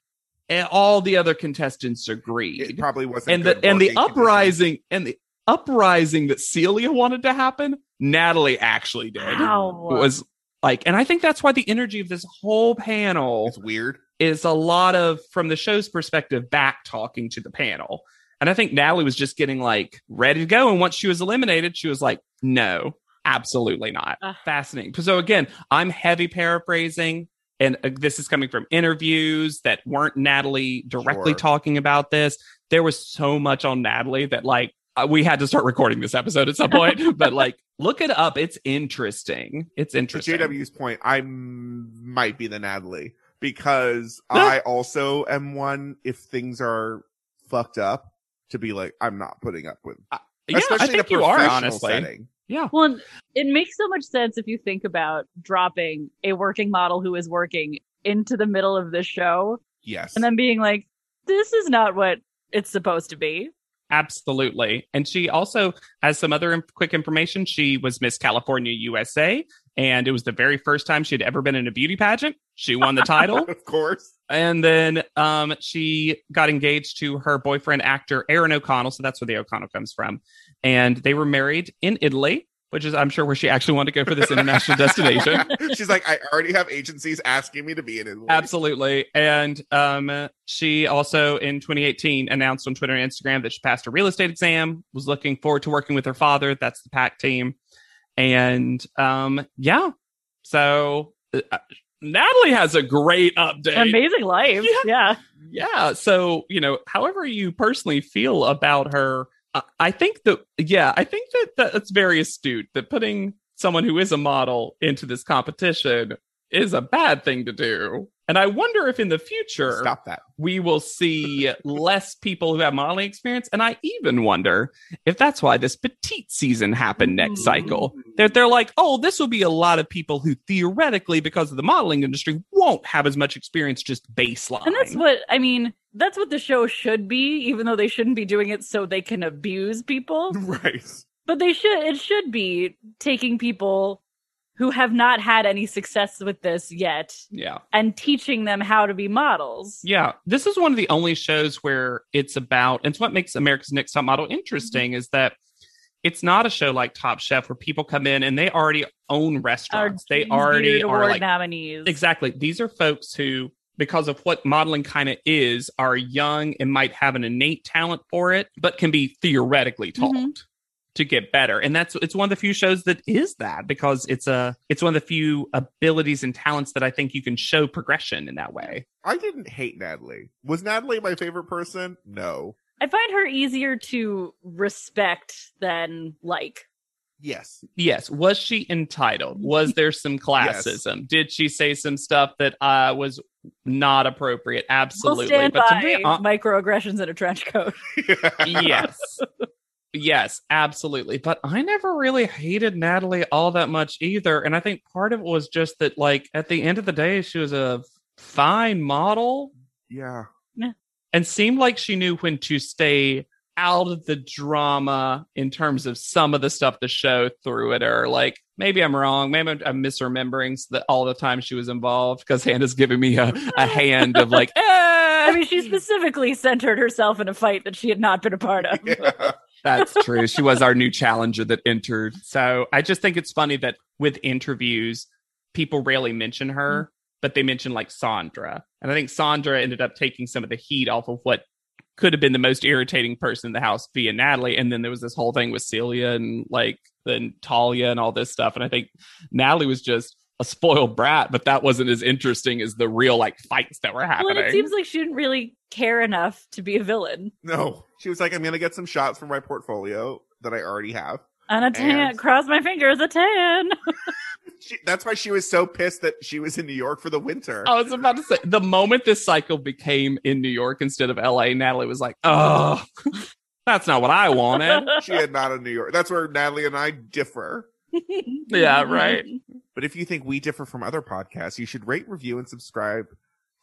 Speaker 3: eh, all the other contestants agreed
Speaker 1: It probably wasn't.
Speaker 3: and the
Speaker 1: good
Speaker 3: and the
Speaker 1: working conditions.
Speaker 3: uprising and the uprising that Celia wanted to happen, Natalie actually did.
Speaker 4: Wow.
Speaker 3: Was like, and I think that's why the energy of this whole panel
Speaker 1: It's weird.
Speaker 3: is a lot of, from the show's perspective, back talking to the panel. And I think Natalie was just getting like ready to go. And once she was eliminated, she was like, no, absolutely not.
Speaker 4: Ah.
Speaker 3: Fascinating. So again, I'm heavy paraphrasing. And uh, this is coming from interviews that weren't Natalie directly
Speaker 1: Sure.
Speaker 3: talking about this. There was so much on Natalie that like uh, we had to start recording this episode at some point. but like, look it up. It's interesting. It's
Speaker 1: To
Speaker 3: interesting.
Speaker 1: JW's point, I m- might be the Natalie because I also am one. If things are fucked up, to be like, I'm not putting up with.
Speaker 3: yeah,
Speaker 1: Especially
Speaker 3: I think
Speaker 1: in a
Speaker 3: you are
Speaker 1: professional
Speaker 3: honestly.
Speaker 1: setting.
Speaker 3: Yeah.
Speaker 4: Well, and it makes so much sense if you think about dropping a working model who is working into the middle of this show
Speaker 1: Yes.
Speaker 4: and then being like, this is not what it's supposed to be.
Speaker 3: Absolutely. And she also has some other inf- quick information. She was Miss California USA, and it was the very first time she had ever been in a beauty pageant. She won the title.
Speaker 1: of course.
Speaker 3: And then um, she got engaged to her boyfriend, actor Aaron O'Connell. So that's where the O'Connell comes from. And they were married in Italy, which is, I'm sure, where she actually wanted to go for this international destination.
Speaker 1: She's like, I already have agencies asking me to be in it.
Speaker 3: Absolutely. And um, she also in 2018 announced on Twitter and Instagram that she passed her real estate exam, was looking forward to working with her father. That's the PAC team. And um, yeah, so uh, Natalie has a great update.
Speaker 4: Amazing life.
Speaker 3: Yeah.
Speaker 4: Yeah.
Speaker 3: Yeah. So, you know, however you personally feel about her, I, I think that, yeah, I think that that's very astute that putting someone who is a model into this competition is a bad thing to do. And I wonder if in the future
Speaker 1: Stop that.
Speaker 3: we will see less people who have modeling experience. And I even wonder if that's why this petite season happened next cycle. They're, they're like, oh, this will be a lot of people who theoretically, because of the modeling industry, won't have as much experience just baseline.
Speaker 4: And that's what, I mean, that's what the show should be, even though they shouldn't be doing it so they can abuse people.
Speaker 1: Right.
Speaker 4: But they should, it should be taking people who have not had any success with this yet
Speaker 3: yeah.
Speaker 4: and teaching them how to be models.
Speaker 3: Yeah, this is one of the only shows where it's about, and it's what makes America's Next Top Model interesting is that it's not a show like Top Chef where people come in and they already own
Speaker 4: Our
Speaker 3: restaurants. They
Speaker 4: James
Speaker 3: already
Speaker 4: Beard
Speaker 3: are
Speaker 4: Award
Speaker 3: like
Speaker 4: nominees.
Speaker 3: exactly. These are folks who, because of what modeling kind of is, are young and might have an innate talent for it, but can be theoretically taught. To get better, and that's it's one of the few shows that is that because it's a it's one of the few abilities and talents that I think you can show progression in that way.
Speaker 1: I didn't hate Natalie. Was Natalie my favorite person? No.
Speaker 4: I find her easier to respect than like.
Speaker 1: Yes.
Speaker 3: Yes. Was she entitled? Was there some classism? Did she say some stuff that uh, was not appropriate?
Speaker 4: We'll
Speaker 3: Absolutely.
Speaker 4: stand
Speaker 3: but to
Speaker 4: by
Speaker 3: me, uh,
Speaker 4: microaggressions in a trench coat.
Speaker 3: yes. Yes, absolutely. But I never really hated Natalie all that much either. And I think part of it was just that, like, at the end of the day, she was a fine model
Speaker 1: Yeah.
Speaker 3: and seemed like she knew when to stay out of the drama in terms of some of the stuff the show threw at her. Like maybe I'm wrong. Maybe I'm, I'm misremembering s- the, all the time she was involved because Hannah's giving me a, a hand of like, "Eh,
Speaker 4: I mean, she specifically centered herself in a fight that she had not been a part of.
Speaker 1: Yeah.
Speaker 3: That's true. She was our new challenger that entered. So I just think it's funny that with interviews, people rarely mention her,
Speaker 4: Mm-hmm.
Speaker 3: but they mention like Sandra. And I think Sandra ended up taking some of the heat off of what could have been the most irritating person in the house via Natalie. And then there was this whole thing with Celia and like then Talia and all this stuff. And I think Natalie was just a spoiled brat, but that wasn't as interesting as the real like fights that were
Speaker 4: Well,
Speaker 3: happening.
Speaker 4: and it seems like she didn't really care enough to be a villain.
Speaker 1: No. She was like, I'm going to get some shots from my portfolio that I already have.
Speaker 4: And a tan.
Speaker 1: And-
Speaker 4: Cross my fingers, a tan.
Speaker 1: She, that's why she was so pissed that she was in New York for the winter.
Speaker 3: I was about to say the moment this cycle became in New York instead of LA, Natalie was like, "Oh, that's not what I wanted."
Speaker 1: She had not in New York. That's where Natalie and I differ.
Speaker 3: Yeah, right.
Speaker 1: But if you think we differ from other podcasts, you should rate, review, and subscribe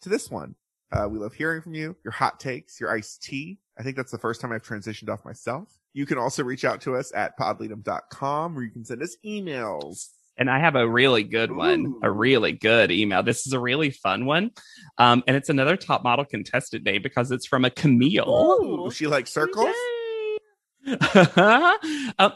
Speaker 1: to this one. Uh, we love hearing from you, your hot takes, your iced tea. I think that's the first time I've transitioned off myself. You can also reach out to us at podleadum.com where you can send us emails.
Speaker 3: And I have a really good one,
Speaker 1: Ooh.
Speaker 3: a really good email. This is a really fun one. Um, and it's another top model contestant name because it's from a Camille.
Speaker 1: Ooh, she likes circles.
Speaker 3: Uh,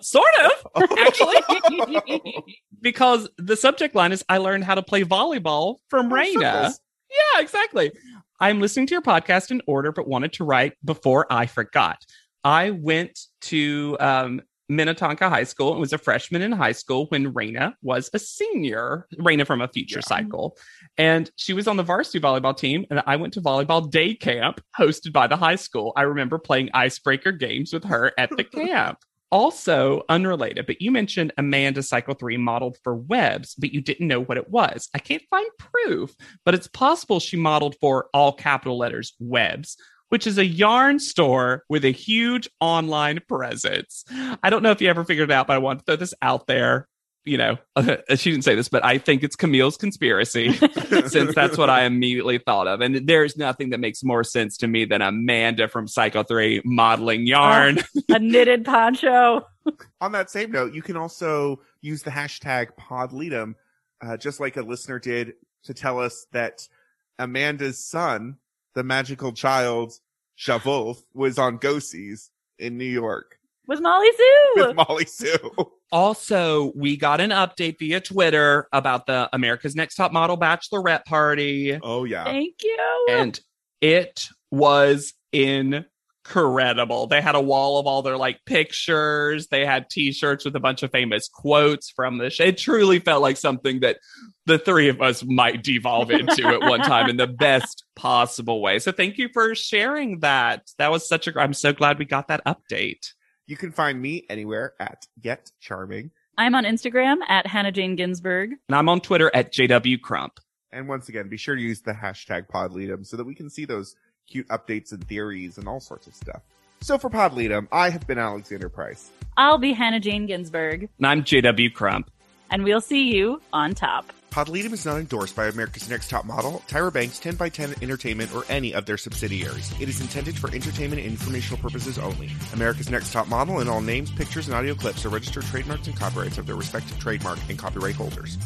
Speaker 3: sort of, actually, because the subject line is I learned how to play volleyball from Raina.
Speaker 1: Circles.
Speaker 3: Yeah, exactly. I'm listening to your podcast in order, but wanted to write before I forgot. I went to um, Minnetonka High School and was a freshman in high school when Raina was a senior, Raina from a future cycle. And she was on the varsity volleyball team. And I went to volleyball day camp hosted by the high school. I remember playing icebreaker games with her at the camp. Also unrelated, but you mentioned Amanda Cycle 3 modeled for webs, but you didn't know what it was. I can't find proof, but it's possible she modeled for all capital letters webs, which is a yarn store with a huge online presence. I don't know if you ever figured it out, but I want to throw this out there. You know, she didn't say this, but I think it's Camille's conspiracy since that's what I immediately thought of. And there's nothing that makes more sense to me than Amanda from Psycho 3 modeling yarn.
Speaker 4: a knitted poncho.
Speaker 1: On that same note, you can also use the hashtag podleadum, uh, just like a listener did to tell us that Amanda's son, the magical child Javulf, was on Gosie's in New York
Speaker 4: With Molly Sue.
Speaker 1: with Molly Sue.
Speaker 3: Also, we got an update via Twitter about the America's Next Top Model Bachelorette party,
Speaker 1: Oh yeah.
Speaker 4: Thank you.
Speaker 3: and it was incredible. They had a wall of all their like pictures. They had T-shirts with a bunch of famous quotes from the show. It truly felt like something that the three of us might devolve into at one time in the best possible way. So, thank you for sharing that. That was such a. I'm so glad we got that update.
Speaker 1: You can find me anywhere at Yet Charming.
Speaker 4: I'm on Instagram at Hannah Jane Ginsburg.
Speaker 3: And I'm on Twitter at JW Crump.
Speaker 1: And once again, be sure to use the hashtag podleadum so that we can see those cute updates and theories and all sorts of stuff. So for podleadum, I have been Alexander Price.
Speaker 4: I'll be Hannah Jane Ginsburg,
Speaker 3: And I'm JW Crump.
Speaker 4: and we'll see you on top.
Speaker 1: Podleadum is not endorsed by America's Next Top Model, Tyra Banks, 10x10 Entertainment, or any of their subsidiaries. It is intended for entertainment and informational purposes only. America's Next Top Model and all names, pictures, and audio clips are registered trademarks and copyrights of their respective trademark and copyright holders.